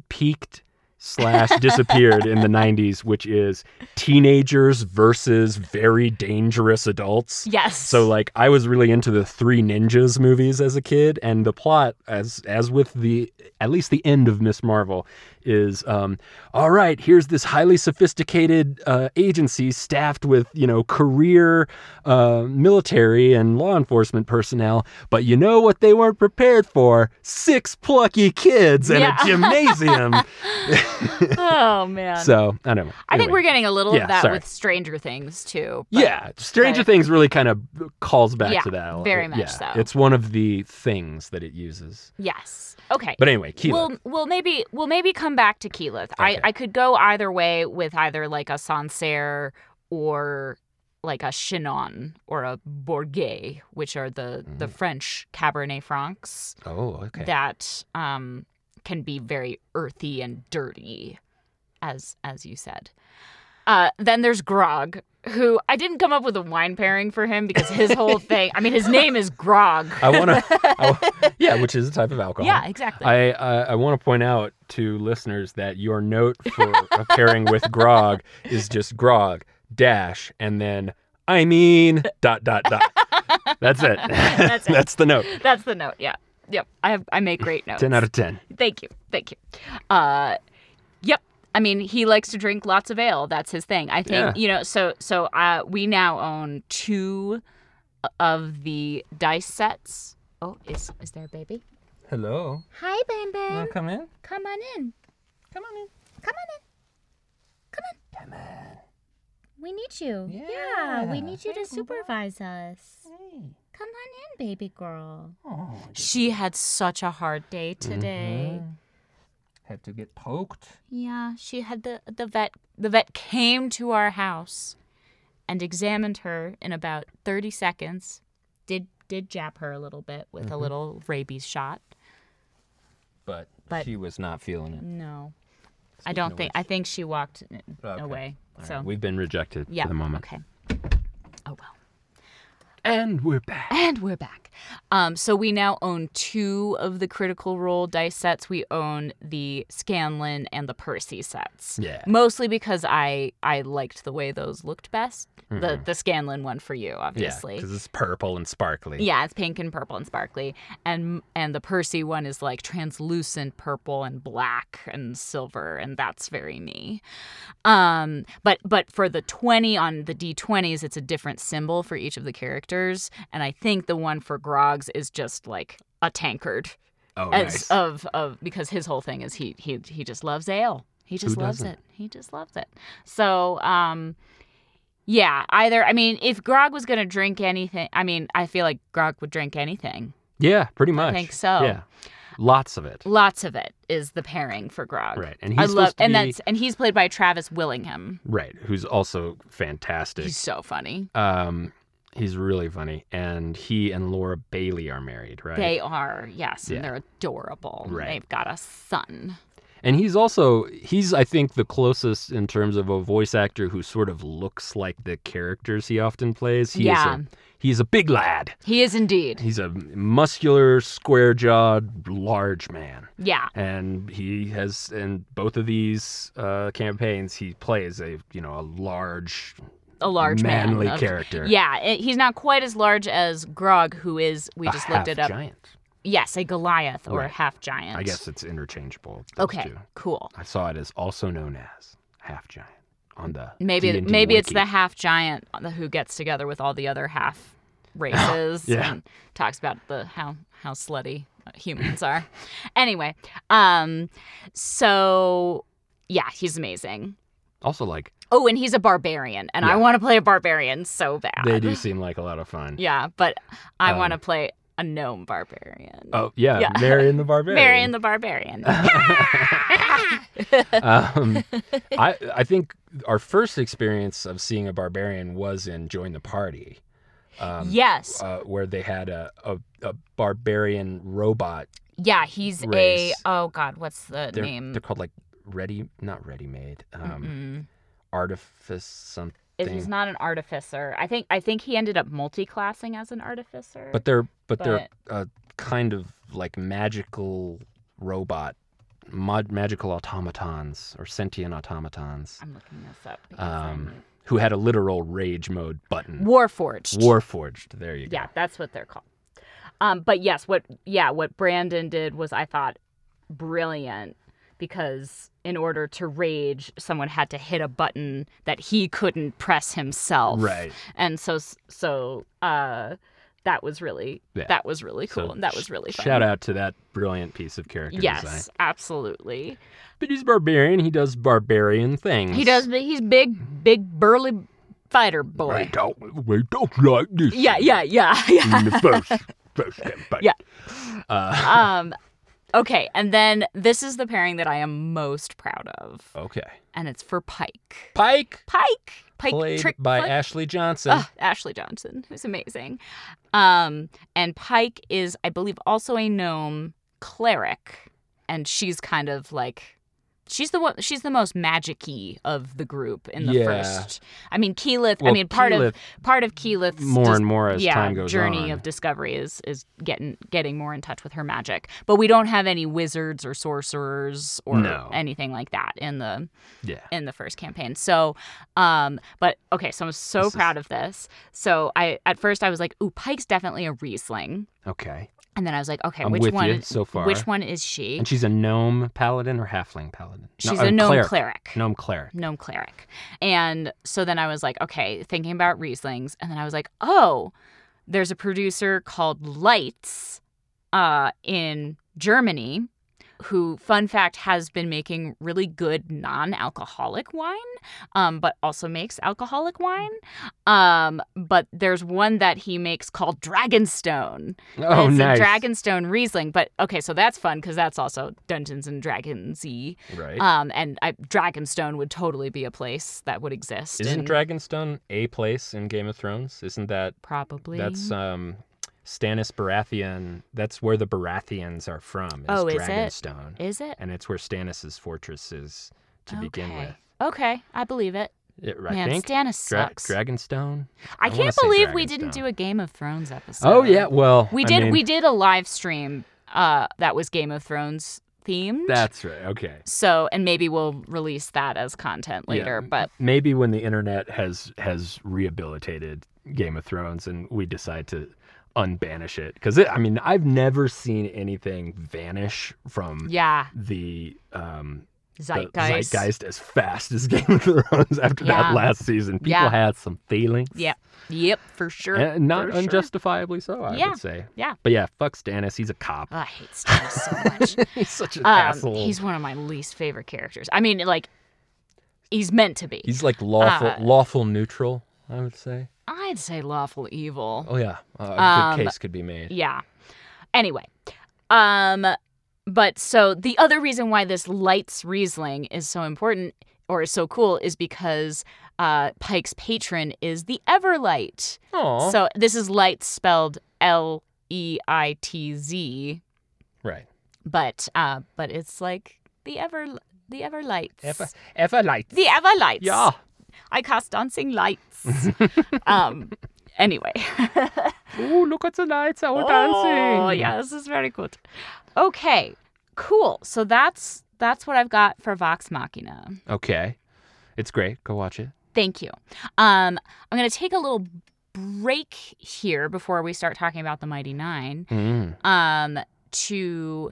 Speaker 2: peaked slash disappeared in the 90s, which is teenagers versus very dangerous adults.
Speaker 1: Yes.
Speaker 2: So like I was really into the Three Ninjas movies as a kid, and the plot, as as with the at least the end of Miss Marvel, is um, all right. Here's this highly sophisticated uh, agency staffed with you know career uh, military and law enforcement personnel, but you know what they weren't prepared for? Six plucky kids in
Speaker 1: Yeah.
Speaker 2: a gymnasium.
Speaker 1: oh man.
Speaker 2: so I don't know.
Speaker 1: I think
Speaker 2: Anyway.
Speaker 1: we're getting a little
Speaker 2: Yeah,
Speaker 1: of that
Speaker 2: sorry.
Speaker 1: with Stranger Things too. but-
Speaker 2: Yeah, Stranger
Speaker 1: but-
Speaker 2: Things really kind of calls back
Speaker 1: Yeah,
Speaker 2: to that. a lot.
Speaker 1: very much
Speaker 2: yeah,
Speaker 1: so.
Speaker 2: It's one of the things that it uses.
Speaker 1: Yes. Okay.
Speaker 2: But anyway, Keelith.
Speaker 1: We'll we'll maybe we'll maybe come back to Keyleth. I
Speaker 2: Okay.
Speaker 1: I could go either way with either like a Sancerre or like a Chinon or a Bourget, which are the the
Speaker 2: Mm.
Speaker 1: French Cabernet Francs
Speaker 2: oh, okay.
Speaker 1: that um can be very earthy and dirty, as as you said. Uh, then there's Grog, who I didn't come up with a wine pairing for him because his whole thing. I mean, his name is Grog.
Speaker 2: I want to. yeah, which is a type of alcohol.
Speaker 1: Yeah, exactly.
Speaker 2: I I, I want to point out to listeners that your note for a pairing with grog is just grog dash and then I mean dot dot dot. That's it.
Speaker 1: That's it.
Speaker 2: the note.
Speaker 1: That's the note. Yeah. Yep. I have. I make great notes.
Speaker 2: Ten out of ten.
Speaker 1: Thank you. Thank you. Uh, yep. I mean, he likes to drink lots of ale. That's his thing. I think
Speaker 2: Yeah.
Speaker 1: you know. So so uh, we now own two uh, of the dice sets. Oh, is is there a baby?
Speaker 2: Hello.
Speaker 1: Hi, Bam Bam.
Speaker 2: come in?
Speaker 1: Come on in.
Speaker 2: Come on in.
Speaker 3: Come on in. Come on. We need you. we
Speaker 2: Yeah.
Speaker 3: need you to supervise us. Come on in, baby girl.
Speaker 1: She had such a hard day today.
Speaker 3: Mm-hmm.
Speaker 2: Had to get poked.
Speaker 1: Yeah, she had the the vet the vet came to our house and examined her in about 30 seconds. Did did jab her a little bit with
Speaker 2: Mm-hmm.
Speaker 1: a little rabies shot.
Speaker 2: But,
Speaker 1: But-
Speaker 2: she was not feeling it.
Speaker 1: No. I don't think I think she walked n-
Speaker 2: Okay.
Speaker 1: away.
Speaker 2: All
Speaker 1: Mm,
Speaker 2: right,
Speaker 1: So,
Speaker 2: We've been rejected
Speaker 1: yeah.
Speaker 2: for the moment.
Speaker 1: Okay. Oh well.
Speaker 2: And we're back.
Speaker 1: And we're back. Um, so we now own two of the Critical Role dice sets. We own the Scanlan and the Percy sets.
Speaker 2: Yeah.
Speaker 1: Mostly because I I liked the way those looked best. The the Scanlan one for you,
Speaker 2: Mm-hmm. Yeah,
Speaker 1: obviously.
Speaker 2: because it's purple and sparkly.
Speaker 1: Yeah, it's pink and purple and sparkly, and and the Percy one is like translucent purple and black and silver, and that's very me. Um, but but for the twenty on the D twenties, it's a different symbol for each of the characters, and I think the one for Grog's is just like a tankard
Speaker 2: Oh,
Speaker 1: as
Speaker 2: nice.
Speaker 1: of of because his whole thing is he he he just loves ale. He just loves
Speaker 2: doesn't?
Speaker 1: it. He just loves it. So um yeah, either I mean if Grog was going to drink anything, I mean I feel like Grog would drink anything.
Speaker 2: yeah, pretty much.
Speaker 1: think so.
Speaker 2: Yeah, lots of it.
Speaker 1: Lots of it is the pairing for Grog.
Speaker 2: Right, and
Speaker 1: I
Speaker 2: he's
Speaker 1: love
Speaker 2: supposed to
Speaker 1: and
Speaker 2: be-
Speaker 1: that's and he's played by Travis Willingham.
Speaker 2: Right, who's also fantastic.
Speaker 1: He's so funny.
Speaker 2: um, he's really funny, and he and Laura Bailey are married, right?
Speaker 1: They are, yes,
Speaker 2: Yeah.
Speaker 1: and they're adorable.
Speaker 2: Right.
Speaker 1: They've got a son.
Speaker 2: And he's also he's I think the closest in terms of a voice actor who sort of looks like the characters he often plays. He
Speaker 1: Yeah.
Speaker 2: Is a, he's a big lad.
Speaker 1: He is indeed.
Speaker 2: He's a muscular, square-jawed, large man.
Speaker 1: Yeah.
Speaker 2: and he has in both of these uh, campaigns he plays a you know a large,
Speaker 1: A large man
Speaker 2: manly
Speaker 1: of-
Speaker 2: character
Speaker 1: Yeah, it, he's not quite as large as Grog, who is, we
Speaker 2: A
Speaker 1: just looked it up.
Speaker 2: half-giant.
Speaker 1: Yes, a Goliath or a
Speaker 2: Right.
Speaker 1: half giant.
Speaker 2: i guess it's interchangeable those
Speaker 1: Okay,
Speaker 2: two.
Speaker 1: cool.
Speaker 2: i saw it as also known as half giant on the
Speaker 1: Maybe
Speaker 2: D&D
Speaker 1: maybe it's
Speaker 2: wiki.
Speaker 1: the half giant who gets together with all the other half races
Speaker 2: Yeah.
Speaker 1: and talks about the how how slutty humans are. anyway, um so yeah, he's amazing.
Speaker 2: also like
Speaker 1: Oh, and he's a barbarian, and I
Speaker 2: Yeah.
Speaker 1: want to play a barbarian so bad.
Speaker 2: they do seem like a lot of fun
Speaker 1: Yeah, but I want to
Speaker 2: Um,
Speaker 1: play a gnome barbarian.
Speaker 2: oh yeah,
Speaker 1: Yeah.
Speaker 2: marion the barbarian
Speaker 1: Marion the barbarian.
Speaker 2: um, I I think our first experience of seeing a barbarian was in Join the Party. Um,
Speaker 1: yes.
Speaker 2: uh, where they had a, a, a barbarian robot.
Speaker 1: Yeah, he's
Speaker 2: race.
Speaker 1: a oh god, what's the
Speaker 2: They're,
Speaker 1: name?
Speaker 2: they're called like ready, not ready made, um,
Speaker 1: Mm-mm.
Speaker 2: artifice something.
Speaker 1: It- He's not an artificer. I think I think he ended up multi-classing as an artificer.
Speaker 2: But they're but, they're a kind of like magical robot mod- magical automatons or sentient automatons
Speaker 1: I'm looking this up. because
Speaker 2: um, hmm.
Speaker 1: I'm-
Speaker 2: who had a literal rage mode button.
Speaker 1: Warforged.
Speaker 2: Warforged. There you go.
Speaker 1: yeah, that's what they're called. Um, but yes, what yeah, what Brandon did was I thought brilliant because in order to rage, someone had to hit a button that he couldn't press himself.
Speaker 2: Right.
Speaker 1: And so so uh that was really
Speaker 2: Yeah.
Speaker 1: that was really
Speaker 2: So
Speaker 1: cool. and that
Speaker 2: sh-
Speaker 1: was really fun.
Speaker 2: Shout out to that brilliant piece of character
Speaker 1: Yes,
Speaker 2: design.
Speaker 1: absolutely.
Speaker 2: But he's barbarian. He does barbarian things.
Speaker 1: He does. but He's big, big, burly fighter boy.
Speaker 2: We don't, we don't like this.
Speaker 1: Yeah, yeah, yeah, yeah.
Speaker 2: In the first, first campaign.
Speaker 1: Yeah.
Speaker 2: Uh,
Speaker 1: um, okay, and then this is the pairing that I am most proud of,
Speaker 2: okay.
Speaker 1: and it's for Pike.
Speaker 2: Pike,
Speaker 1: Pike, Pike
Speaker 2: played
Speaker 1: Trick
Speaker 2: by
Speaker 1: Foot-
Speaker 2: Ashley Johnson.
Speaker 1: Ugh, Ashley Johnson, who's amazing. Um, and Pike is, I believe, also a gnome cleric, and she's kind of like. She's the one. She's the most magic-y of the group in the
Speaker 2: Yeah.
Speaker 1: first. I mean, Keyleth. I
Speaker 2: Well,
Speaker 1: mean, part
Speaker 2: Keyleth,
Speaker 1: of part of Keyleth's
Speaker 2: more and more as
Speaker 1: yeah,
Speaker 2: time goes
Speaker 1: journey
Speaker 2: on.
Speaker 1: of discovery is is getting getting more in touch with her magic. But we don't have any wizards or sorcerers or
Speaker 2: No.
Speaker 1: anything like that in the
Speaker 2: yeah.
Speaker 1: in the first campaign. So, um, but okay, so I'm so
Speaker 2: This is-
Speaker 1: proud of this. So I at first I was like, ooh, Pike's definitely a Riesling,
Speaker 2: Okay.
Speaker 1: and then I was like, okay,
Speaker 2: I'm
Speaker 1: which
Speaker 2: with
Speaker 1: one?
Speaker 2: you so far.
Speaker 1: Which one is she?
Speaker 2: And she's a gnome paladin or halfling paladin? No, uh,
Speaker 1: She's a gnome
Speaker 2: cleric.
Speaker 1: cleric.
Speaker 2: Gnome cleric.
Speaker 1: gnome cleric. And so then I was like, okay, thinking about Rieslings. And then I was like, oh, there's a producer called Lights uh, in Germany who, fun fact, has been making really good non alcoholic wine, um, but also makes alcoholic wine. Um, but there's one that he makes called Dragonstone.
Speaker 2: Oh,
Speaker 1: it's
Speaker 2: nice.
Speaker 1: a Dragonstone Riesling. But okay, so that's fun because that's also Dungeons and Dragons y.
Speaker 2: Right.
Speaker 1: Um, and I, Dragonstone would totally be a place that would exist.
Speaker 2: Isn't
Speaker 1: and
Speaker 2: Dragonstone a place in Game of Thrones? Isn't that
Speaker 1: probably
Speaker 2: that's um Stannis Baratheon? That's where the Baratheons are from. Is
Speaker 1: Oh, is it?
Speaker 2: Dragonstone,
Speaker 1: is it
Speaker 2: and it's where Stannis's fortress is to begin
Speaker 1: Okay.
Speaker 2: with.
Speaker 1: Okay, I believe it.
Speaker 2: It, I
Speaker 1: Man,
Speaker 2: think
Speaker 1: Stannis
Speaker 2: Dra-
Speaker 1: sucks.
Speaker 2: Dragonstone.
Speaker 1: I
Speaker 2: I wanna
Speaker 1: can't
Speaker 2: say
Speaker 1: believe we didn't
Speaker 2: Dragonstone.
Speaker 1: do a Game of Thrones episode.
Speaker 2: oh yeah, well
Speaker 1: we
Speaker 2: I
Speaker 1: did.
Speaker 2: mean,
Speaker 1: we did a live stream uh, that was Game of Thrones themed.
Speaker 2: That's right. Okay.
Speaker 1: so, and maybe we'll release that as content
Speaker 2: Yeah.
Speaker 1: later. But
Speaker 2: Maybe when the internet has has rehabilitated Game of Thrones and we decide to unbanish it because I mean I've never seen anything vanish from
Speaker 1: yeah,
Speaker 2: the um Mm. the
Speaker 1: zeitgeist.
Speaker 2: zeitgeist as fast as Game of Thrones after
Speaker 1: Yeah.
Speaker 2: that last season. People
Speaker 1: Yeah.
Speaker 2: had some feelings.
Speaker 1: Yep. Yep, for sure.
Speaker 2: And not
Speaker 1: for sure.
Speaker 2: unjustifiably so, I
Speaker 1: Yeah.
Speaker 2: would say.
Speaker 1: Yeah.
Speaker 2: But yeah, fuck Stannis. He's a cop.
Speaker 1: Oh, I hate Stannis so much.
Speaker 2: he's such an
Speaker 1: Um,
Speaker 2: asshole.
Speaker 1: he's one of my least favorite characters. I mean, like, he's meant to be.
Speaker 2: He's like lawful
Speaker 1: uh,
Speaker 2: lawful neutral, I would say.
Speaker 1: I'd say lawful evil.
Speaker 2: Oh yeah. Uh, a
Speaker 1: Um,
Speaker 2: good case could be made.
Speaker 1: Yeah. Anyway, um, but so the other reason why this lights Riesling is so important or is so cool is because uh, Pike's patron is the Everlight.
Speaker 2: Aw.
Speaker 1: So this is light spelled L E I T Z,
Speaker 2: right.
Speaker 1: but uh, but it's like the ever the Everlights.
Speaker 2: Ever ever light.
Speaker 1: the Everlights.
Speaker 2: Yeah.
Speaker 1: I cast dancing lights. um. Anyway.
Speaker 2: Oh, look at the lights are dancing.
Speaker 1: Oh, yeah, this is very good. Okay, cool. So that's that's what I've got for Vox Machina.
Speaker 2: Okay. It's great. Go watch it.
Speaker 1: Thank you. Um, I'm gonna take a little break here before we start talking about the Mighty Nine.
Speaker 2: Mm.
Speaker 1: Um, to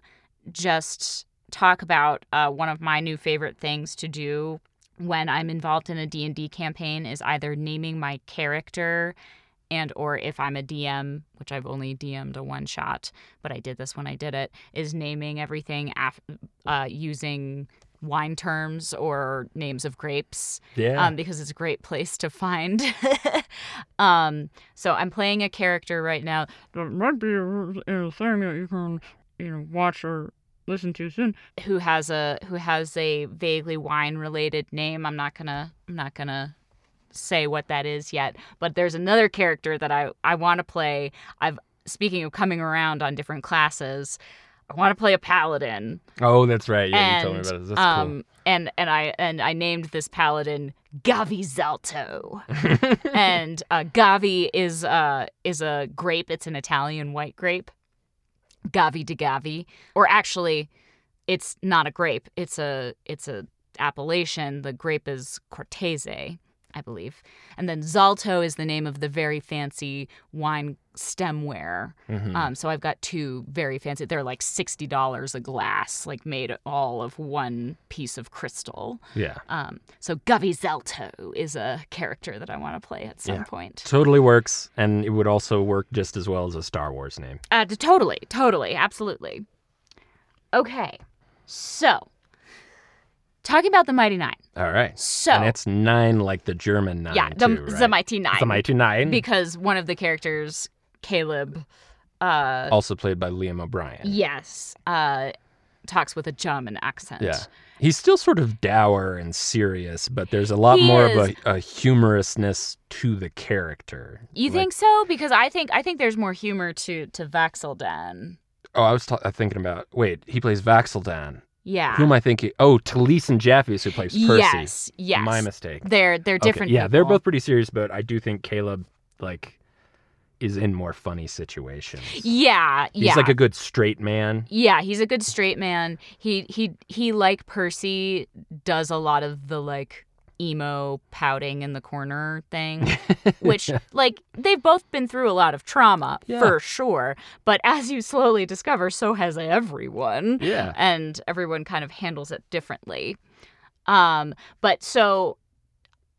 Speaker 1: just talk about uh, one of my new favorite things to do when I'm involved in a D&D campaign is either naming my character and or if I'm a DM, which I've only DM'd a one shot, but I did this when I did it, is naming everything af- uh, using wine terms or names of grapes
Speaker 2: Yeah.
Speaker 1: um, because it's a great place to find. um, so I'm playing a character right now.
Speaker 4: that might be a, a thing that you can you know watch or listen to soon.
Speaker 1: who has a who has a vaguely wine related name. I'm not gonna I'm not gonna say what that is yet. But there's another character that I I want to play. I've speaking of coming around on different classes. I want to play a paladin.
Speaker 2: oh, that's right. Yeah,
Speaker 1: and,
Speaker 2: you told me about it. That's
Speaker 1: um, and and I and I named this paladin Gavi Zalto.
Speaker 2: cool.
Speaker 1: and uh, Gavi is uh, is a grape. It's an Italian white grape. Gavi di Gavi, or actually, it's not a grape. It's a it's a appellation. The grape is Cortese, I believe. And then Zalto is the name of the very fancy wine stemware.
Speaker 2: Mhm.
Speaker 1: Um, so I've got two very fancy. They're like sixty dollars a glass, like made all of one piece of crystal.
Speaker 2: yeah.
Speaker 1: Um, so Govy Zelto is a character that I want to play at some
Speaker 2: Yeah.
Speaker 1: point.
Speaker 2: Totally works, and it would also work just as well as a Star Wars name.
Speaker 1: Uh, t- totally, totally, absolutely. Okay, so talking about the Mighty Nine.
Speaker 2: All right.
Speaker 1: So
Speaker 2: and it's nine, like the German nine.
Speaker 1: yeah, the,
Speaker 2: too, right?
Speaker 1: the Mighty Nine,
Speaker 2: The Mighty Nine,
Speaker 1: because one of the characters, Caleb, uh,
Speaker 2: also played by Liam O'Brien.
Speaker 1: yes, uh, talks with a German accent.
Speaker 2: Yeah. He's still sort of dour and serious, but there's a lot
Speaker 1: He
Speaker 2: more
Speaker 1: is.
Speaker 2: of a, a humorousness to the character.
Speaker 1: You
Speaker 2: Like-
Speaker 1: think so? Because I think I think there's more humor to to Vaxeldan.
Speaker 2: Oh, I was ta- thinking about. Wait, he plays Vaxeldan.
Speaker 1: Yeah.
Speaker 2: Who am I thinking? Oh, Taliesin and Jaffius, who plays Percy.
Speaker 1: Yes. Yes.
Speaker 2: My mistake.
Speaker 1: They're they're
Speaker 2: Okay,
Speaker 1: different.
Speaker 2: yeah, they're
Speaker 1: people.
Speaker 2: both pretty serious, but I do think Caleb like is in more funny situations.
Speaker 1: Yeah.
Speaker 2: He's
Speaker 1: yeah.
Speaker 2: like a good straight man.
Speaker 1: yeah, he's a good straight man. He he he like Percy does a lot of the like emo pouting in the corner thing, which like they've both been through a lot of trauma
Speaker 2: Yeah.
Speaker 1: for sure, but as you slowly discover so has everyone.
Speaker 2: Yeah.
Speaker 1: and everyone kind of handles it differently. Um, but so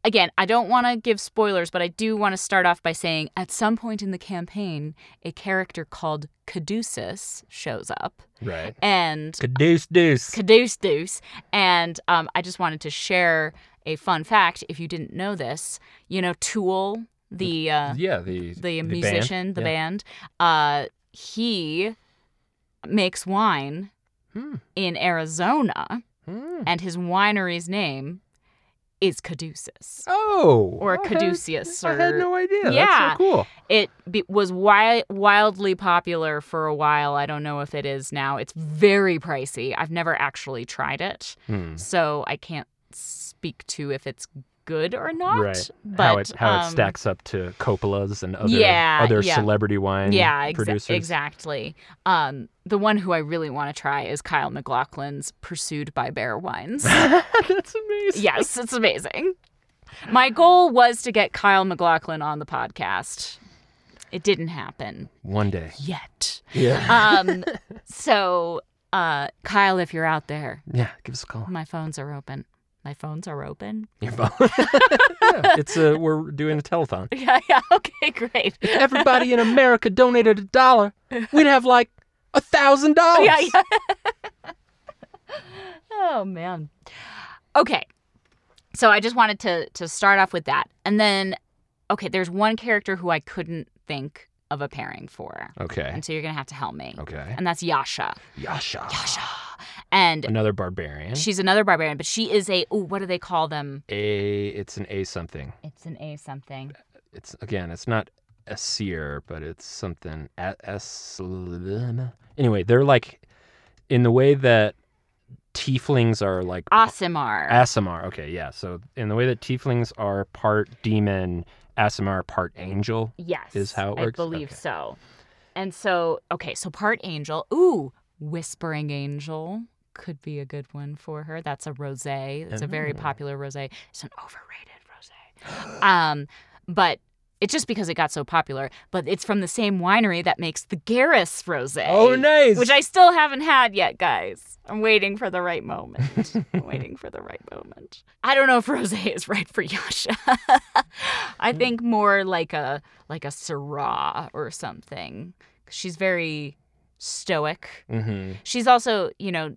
Speaker 1: again, I don't want to give spoilers, but I do want to start off by saying at some point in the campaign, a character called Caduceus shows up
Speaker 2: Right.
Speaker 1: and
Speaker 2: Caduce deuce.
Speaker 1: Caduce Deuce. And um, I just wanted to share a fun fact if you didn't know this, you know, Tool, the uh,
Speaker 2: Yeah, the
Speaker 1: the,
Speaker 2: band.
Speaker 1: musician, the
Speaker 2: Yeah.
Speaker 1: band, uh, he makes wine
Speaker 2: Hmm.
Speaker 1: in Arizona,
Speaker 2: Hmm.
Speaker 1: and his winery's name is Caduceus.
Speaker 2: Oh.
Speaker 1: Or
Speaker 2: I had-
Speaker 1: Caduceus,
Speaker 2: I had
Speaker 1: or-
Speaker 2: no idea. That's
Speaker 1: Yeah.
Speaker 2: so cool.
Speaker 1: It be- was wi- wildly popular for a while. I don't know if it is now. It's very pricey. I've never actually tried it,
Speaker 2: Hmm.
Speaker 1: so I can't speak to if it's good or not.
Speaker 2: Right.
Speaker 1: But
Speaker 2: how it how it
Speaker 1: um,
Speaker 2: stacks up to Coppola's and other
Speaker 1: Yeah,
Speaker 2: other
Speaker 1: yeah.
Speaker 2: celebrity wine
Speaker 1: yeah, exa-
Speaker 2: producers.
Speaker 1: exactly. Um, the one who I really want to try is Kyle McLaughlin's Pursued by Bear Wines.
Speaker 2: That's amazing.
Speaker 1: yes, it's amazing. My goal was to get Kyle McLaughlin on the podcast. It didn't happen
Speaker 2: One day.
Speaker 1: yet.
Speaker 2: Yeah.
Speaker 1: Um, so, uh, Kyle, if you're out there,
Speaker 2: yeah. Give us a call.
Speaker 1: my phones are open. My phones are open.
Speaker 2: Your phone. yeah, it's a we're doing a telethon.
Speaker 1: Yeah, yeah. Okay, great.
Speaker 2: if everybody in America donated a dollar, we'd have like a thousand dollars.
Speaker 1: Yeah, yeah. oh man. Okay. So I just wanted to to start off with that. And then okay, there's one character who I couldn't think of a pairing for.
Speaker 2: Okay.
Speaker 1: And so you're going to have to help me.
Speaker 2: Okay.
Speaker 1: And that's Yasha.
Speaker 2: Yasha.
Speaker 1: Yasha. And
Speaker 2: Another barbarian.
Speaker 1: she's another barbarian, but she is a ooh, what do they call them?
Speaker 2: a. It's an A something.
Speaker 1: It's an A something.
Speaker 2: It's again. It's not a seer, but it's something. A- S. Anyway, they're like, in the way that tieflings are like.
Speaker 1: Asimar.
Speaker 2: Asimar. Okay, yeah. So in the way that tieflings are part demon, Asimar part angel.
Speaker 1: yes.
Speaker 2: is how it
Speaker 1: I
Speaker 2: works?
Speaker 1: believe
Speaker 2: Okay.
Speaker 1: so. And so okay, so part angel. Ooh, whispering angel could be a good one for her. That's a rosé. It's a very
Speaker 2: Oh.
Speaker 1: popular rosé. It's an overrated rosé. um, but it's just because it got so popular, but it's from the same winery that makes the Garris rosé.
Speaker 2: Oh, nice.
Speaker 1: which I still haven't had yet, guys. I'm waiting for the right moment. I'm waiting for the right moment. I don't know if rosé is right for Yasha. I think more like a like a Syrah or something. She's very stoic.
Speaker 2: hmm
Speaker 1: She's also, you know,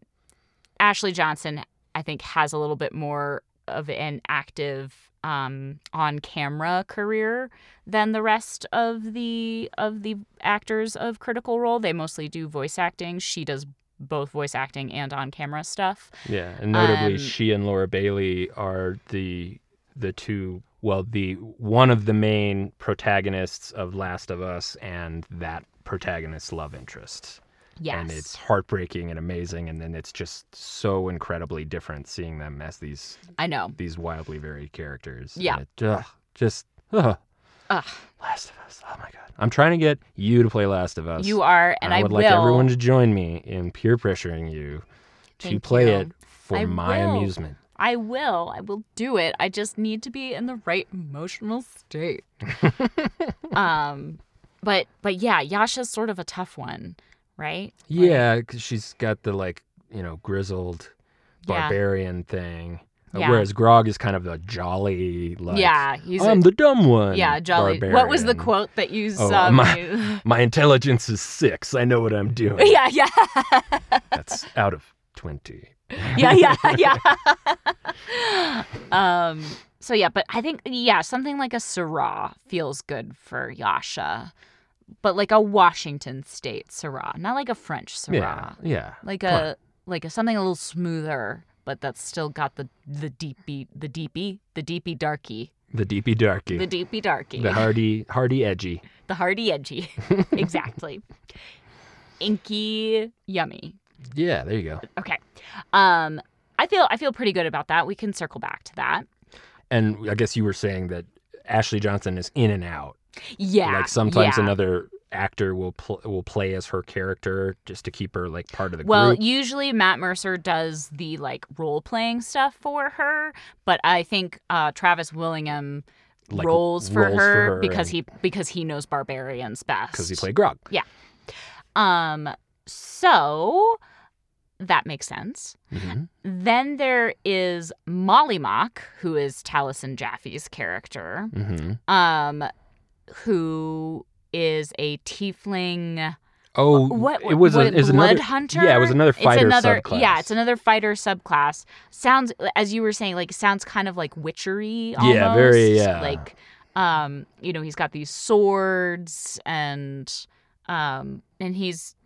Speaker 1: Ashley Johnson. I think has a little bit more of an active um, on-camera career than the rest of the of the actors of Critical Role. They mostly do voice acting. She does both voice acting and on-camera stuff.
Speaker 2: Yeah, and notably,
Speaker 1: Um,
Speaker 2: she and Laura Bailey are the the two. Well, the one of the main protagonists of Last of Us, and that protagonist's love interest.
Speaker 1: Yes,
Speaker 2: And it's heartbreaking and amazing, and then it's just so incredibly different seeing them as these
Speaker 1: I know.
Speaker 2: these wildly varied characters.
Speaker 1: Yeah.
Speaker 2: And it, ugh, just ugh,
Speaker 1: Ugh,
Speaker 2: Last of Us. Oh my god, I'm trying to get you to play Last of Us.
Speaker 1: you are, and I,
Speaker 2: would
Speaker 1: will.
Speaker 2: like everyone to join me in peer pressuring you to
Speaker 1: Thank
Speaker 2: play
Speaker 1: you.
Speaker 2: it for
Speaker 1: I
Speaker 2: my
Speaker 1: will.
Speaker 2: amusement.
Speaker 1: I will. I will do it. I just need to be in the right emotional state. um but but yeah, Yasha's sort of a tough one, right? Like,
Speaker 2: Yeah, 'cause she's got the like you know grizzled
Speaker 1: yeah.
Speaker 2: barbarian thing, uh,
Speaker 1: Yeah.
Speaker 2: whereas Grog is kind of a jolly like.
Speaker 1: yeah, he's
Speaker 2: I'm
Speaker 1: a,
Speaker 2: the dumb one.
Speaker 1: yeah, jolly. What was the
Speaker 2: barbarian.
Speaker 1: quote that you
Speaker 2: Oh,
Speaker 1: saw?
Speaker 2: my-
Speaker 1: me-
Speaker 2: My intelligence is six. I know what I'm doing.
Speaker 1: yeah, yeah.
Speaker 2: That's out of 20.
Speaker 1: yeah, yeah, yeah. um so yeah, but I think yeah, something like a Syrah feels good for Yasha. But like a Washington state Syrah, not like a French Syrah.
Speaker 2: Yeah. Yeah.
Speaker 1: like
Speaker 2: Come on.
Speaker 1: a like a, something a little smoother, but that's still got the the deepy the deepy the deepy darky
Speaker 2: The deepy darky.
Speaker 1: the deepy darky
Speaker 2: The hardy, hardy edgy.
Speaker 1: the hardy edgy exactly inky yummy
Speaker 2: Yeah, there you go.
Speaker 1: okay um I feel I feel pretty good about that we can circle back to that
Speaker 2: And I guess you were saying that Ashley Johnson is in and out.
Speaker 1: yeah
Speaker 2: like sometimes
Speaker 1: yeah.
Speaker 2: another actor will pl- will play as her character just to keep her like part of the
Speaker 1: well
Speaker 2: group.
Speaker 1: usually Matt Mercer does the like role playing stuff for her but I think uh Travis Willingham
Speaker 2: Like,
Speaker 1: rolls for
Speaker 2: roles for
Speaker 1: her,
Speaker 2: her
Speaker 1: because
Speaker 2: and-
Speaker 1: he because he knows barbarians best
Speaker 2: Because he played Grog.
Speaker 1: Um, so that makes sense.
Speaker 2: Mhm.
Speaker 1: Then there is Molly Mock, who is Taliesin Jaffe's character,
Speaker 2: Mhm.
Speaker 1: um, who is a tiefling.
Speaker 2: Oh,
Speaker 1: What
Speaker 2: it was,
Speaker 1: what,
Speaker 2: a, it was
Speaker 1: blood
Speaker 2: another.
Speaker 1: hunter?
Speaker 2: yeah, it was another
Speaker 1: it's
Speaker 2: fighter
Speaker 1: another,
Speaker 2: subclass.
Speaker 1: Yeah, it's another fighter subclass. Sounds as you were saying, like sounds kind of like witchery. Almost.
Speaker 2: Yeah, very, yeah.
Speaker 1: Like, um, you know, he's got these swords and, um, and he's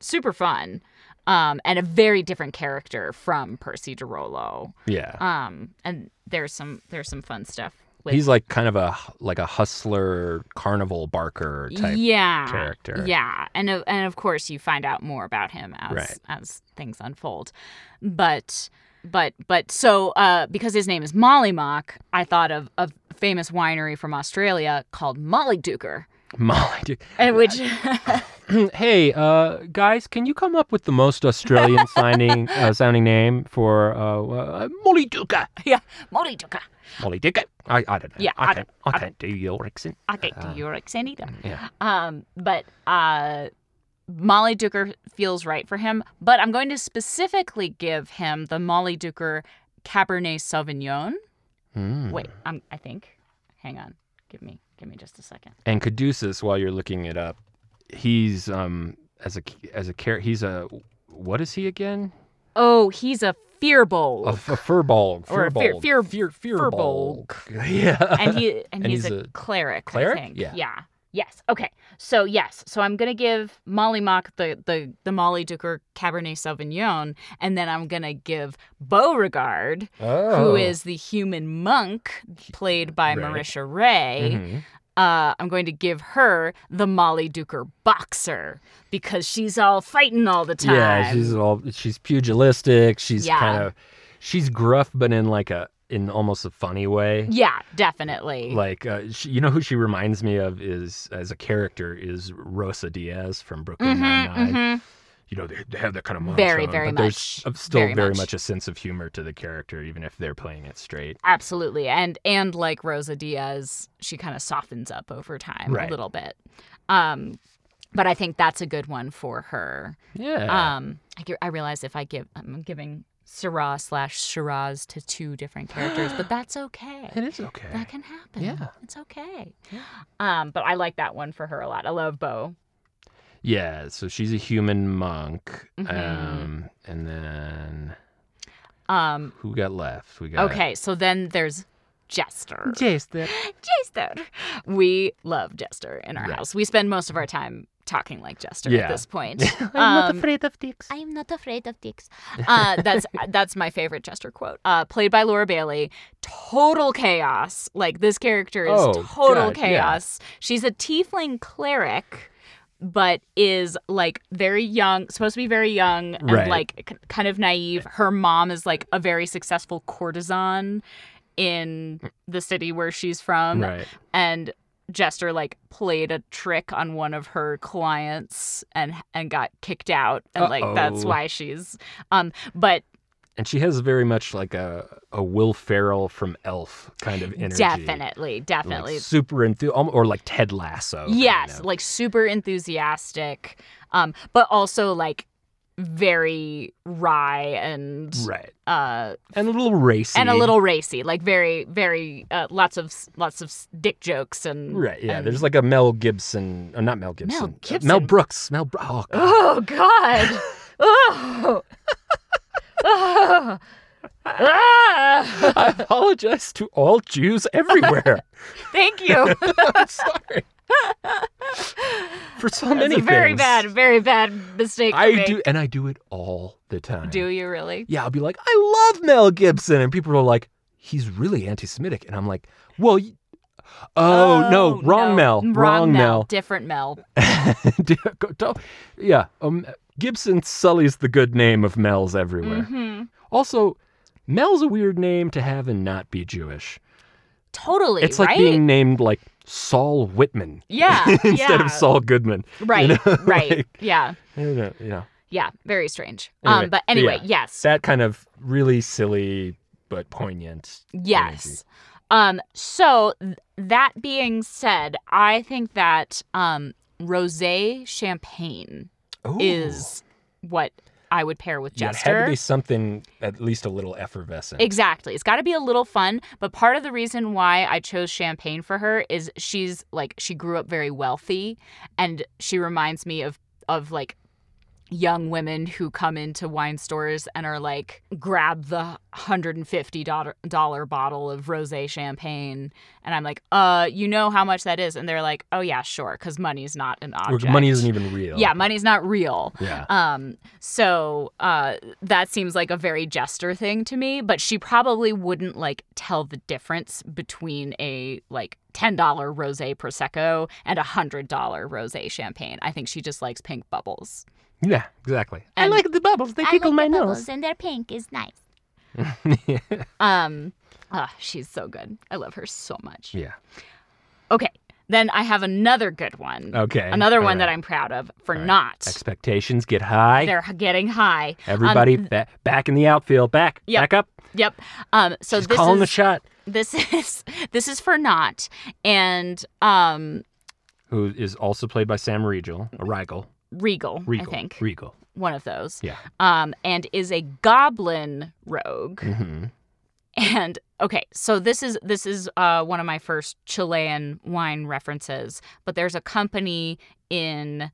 Speaker 1: super fun, um, and a very different character from Percy DeRolo.
Speaker 2: Yeah.
Speaker 1: Um, and there's some there's some fun stuff with.
Speaker 2: He's like kind of a like a hustler, carnival barker type.
Speaker 1: yeah,
Speaker 2: character.
Speaker 1: Yeah, and o- and of course you find out more about him as
Speaker 2: Right.
Speaker 1: as things unfold, but but but so uh, because his name is Molly Mock, I thought of a famous winery from Australia called Molly Duker,
Speaker 2: Molly, Duke.
Speaker 1: and which
Speaker 2: hey, uh, guys, can you come up with the most Australian signing, uh, sounding name for uh, uh, Molly Duca?
Speaker 1: Molly Duker,
Speaker 2: Molly Duca? I, I don't know.
Speaker 1: Yeah,
Speaker 2: I
Speaker 1: I
Speaker 2: can't, I can't do your accent.
Speaker 1: I get to
Speaker 2: Ah.
Speaker 1: your accent either.
Speaker 2: Yeah.
Speaker 1: Um, but uh, Molly Duker feels right for him. But I'm going to specifically give him the Molly Duker Cabernet Sauvignon.
Speaker 2: Hmm.
Speaker 1: Wait, um, I think. Hang on. Give me, give me just a second.
Speaker 2: And Caduceus, while you're looking it up, he's um as a as a character, he's a what is he again?
Speaker 1: Oh, he's a fearbowl,
Speaker 2: A, f- a furball.
Speaker 1: Or a fear-
Speaker 2: furball,
Speaker 1: fear-
Speaker 2: fear,
Speaker 1: furball.
Speaker 2: furball. Yeah.
Speaker 1: and he and,
Speaker 2: and
Speaker 1: he's,
Speaker 2: he's
Speaker 1: a,
Speaker 2: a
Speaker 1: cleric.
Speaker 2: cleric?
Speaker 1: I think.
Speaker 2: Yeah.
Speaker 1: Yes. Okay. So yes. So I'm gonna give Molly Mock the the the Molly Duker Cabernet Sauvignon, and then I'm gonna give Beauregard,
Speaker 2: Oh.
Speaker 1: who is the human monk played by
Speaker 2: Right.
Speaker 1: Marisha Ray.
Speaker 2: Mhm.
Speaker 1: uh, I'm going to give her the Molly Duker boxer because she's all fighting all the time.
Speaker 2: Yeah, she's all she's pugilistic. She's
Speaker 1: Yeah.
Speaker 2: kind of she's gruff, but in like a in almost a funny way.
Speaker 1: Yeah, definitely.
Speaker 2: Like uh, she, you know who she reminds me of is as a character is Rosa Diaz from Brooklyn Nine Nine.
Speaker 1: Mhm,
Speaker 2: You know they, they have that kind of monotone,
Speaker 1: Very, very
Speaker 2: but there's
Speaker 1: much.
Speaker 2: uh, still very,
Speaker 1: Very
Speaker 2: much.
Speaker 1: much.
Speaker 2: a sense of humor to the character, even if they're playing it straight.
Speaker 1: Absolutely. And and like Rosa Diaz, she kind of softens up over time
Speaker 2: Right.
Speaker 1: a little bit. Um but I think that's a good one for her.
Speaker 2: Yeah,
Speaker 1: Um I, gi- I realize if I give I'm giving Syrah slash Shiraz to two different characters, but that's okay.
Speaker 2: it is okay.
Speaker 1: That can happen.
Speaker 2: Yeah.
Speaker 1: It's okay.
Speaker 2: Yeah.
Speaker 1: Um, but I like that one for her a lot. I love Bo.
Speaker 2: Yeah, so she's a human monk,
Speaker 1: Mhm.
Speaker 2: um, and then
Speaker 1: Um,
Speaker 2: who got left? We got
Speaker 1: okay, so then there's Jester.
Speaker 2: Jace. The
Speaker 1: Jester. We love Jester in our
Speaker 2: Right.
Speaker 1: house. We spend most of our time talking like Jester
Speaker 2: Yeah.
Speaker 1: at this point. Um,
Speaker 2: afraid of dicks.
Speaker 1: I am not afraid of dicks. Uh, that's that's my favorite Jester quote. Uh, played by Laura Bailey. Total chaos. Like this character is
Speaker 2: Oh,
Speaker 1: total
Speaker 2: God, yeah.
Speaker 1: chaos. She's a tiefling cleric, but is like very young, supposed to be very young and
Speaker 2: Right.
Speaker 1: like k- kind of naive. Her mom is like a very successful courtesan in the city where she's from,
Speaker 2: Right.
Speaker 1: and Jester like played a trick on one of her clients and and got kicked out and like that's
Speaker 2: Uh-oh.
Speaker 1: why she's um but
Speaker 2: And she has very much like a, a Will Ferrell from Elf kind of energy.
Speaker 1: definitely definitely
Speaker 2: Like super enthu- almo- or like Ted Lasso. kind
Speaker 1: yes
Speaker 2: of.
Speaker 1: like super enthusiastic um but also like very wry and
Speaker 2: right.
Speaker 1: uh
Speaker 2: And a little racy.
Speaker 1: and a little racy like very very uh, lots of lots of dick jokes and
Speaker 2: Right. Yeah.
Speaker 1: and-
Speaker 2: There's like a Mel Gibson, or not Mel Gibson. uh, Mel
Speaker 1: Gibson.
Speaker 2: Brooks. Mel. Bro- oh, God.
Speaker 1: Oh God! Oh. oh. Ah.
Speaker 2: I apologize to all Jews everywhere.
Speaker 1: Thank you.
Speaker 2: I'm sorry for so many
Speaker 1: That's a very
Speaker 2: things.
Speaker 1: bad, very bad mistake. to
Speaker 2: I
Speaker 1: make.
Speaker 2: do, and I do it all the time.
Speaker 1: Do you really?
Speaker 2: yeah, I'll be like, I love Mel Gibson, and people are like, he's really anti-Semitic, and I'm like, well, y- oh, no, wrong
Speaker 1: no.
Speaker 2: Mel, wrong, Mel.
Speaker 1: Different Mel.
Speaker 2: Do- go- don't- yeah, um, Gibson sullies the good name of Mel's everywhere.
Speaker 1: Mhm.
Speaker 2: Also, Mel's a weird name to have and not be Jewish.
Speaker 1: Totally.
Speaker 2: It's like
Speaker 1: right?
Speaker 2: being named like Saul Whitman
Speaker 1: Yeah.
Speaker 2: instead
Speaker 1: yeah.
Speaker 2: of Saul Goodman.
Speaker 1: Right.
Speaker 2: know,
Speaker 1: right.
Speaker 2: like-
Speaker 1: yeah.
Speaker 2: I don't know, yeah,
Speaker 1: Yeah. Very strange.
Speaker 2: Anyway,
Speaker 1: um. But anyway,
Speaker 2: yeah.
Speaker 1: yes.
Speaker 2: that kind of really silly but poignant.
Speaker 1: Yes. Um, so th- that being said, I think that um, rosé champagne
Speaker 2: Ooh.
Speaker 1: is what I would pair with
Speaker 2: Yeah, it had
Speaker 1: Jester.
Speaker 2: to be something at least a little effervescent.
Speaker 1: Exactly. It's got to be a little fun, but part of the reason why I chose champagne for her is she's like she grew up very wealthy and she reminds me of of like young women who come into wine stores and are like grab the $150 dollar bottle of rosé champagne and I'm like, "Uh, you know how much that is?" And they're like, "Oh yeah, sure, cuz money's not an
Speaker 2: Or
Speaker 1: object."
Speaker 2: money isn't even real.
Speaker 1: Yeah, money's not real.
Speaker 2: Yeah.
Speaker 1: Um, so uh, that seems like a very jester thing to me, but she probably wouldn't like tell the difference between a like ten dollar rose prosecco and a hundred dollar rose champagne. I think she just likes pink bubbles.
Speaker 2: Yeah, exactly.
Speaker 1: And-
Speaker 2: the bubbles. They
Speaker 5: and they're pink is nice.
Speaker 2: yeah.
Speaker 1: Um, ah, she's so good. I love her so much.
Speaker 2: Yeah.
Speaker 1: Okay, then I have another good one,
Speaker 2: Okay.
Speaker 1: another
Speaker 2: All
Speaker 1: one that
Speaker 2: right.
Speaker 1: I'm proud of for
Speaker 2: All right.
Speaker 1: not.
Speaker 2: Expectations get high.
Speaker 1: They're getting high. Um,
Speaker 2: Everybody ba- back in the outfield. Back.
Speaker 1: Yep.
Speaker 2: Back up.
Speaker 1: Yep. Um, so
Speaker 2: She's
Speaker 1: this
Speaker 2: calling
Speaker 1: is
Speaker 2: the shot.
Speaker 1: this is this is for not and um
Speaker 2: Who is also played by Sam Uh, Riegel. A Riegel.
Speaker 1: regal,
Speaker 2: Riegel.
Speaker 1: i think
Speaker 2: Riegel.
Speaker 1: one of those
Speaker 2: Yeah.
Speaker 1: um and is a goblin rogue
Speaker 2: hmm
Speaker 1: and okay so this is this is uh one of my first chilean wine references but there's a company in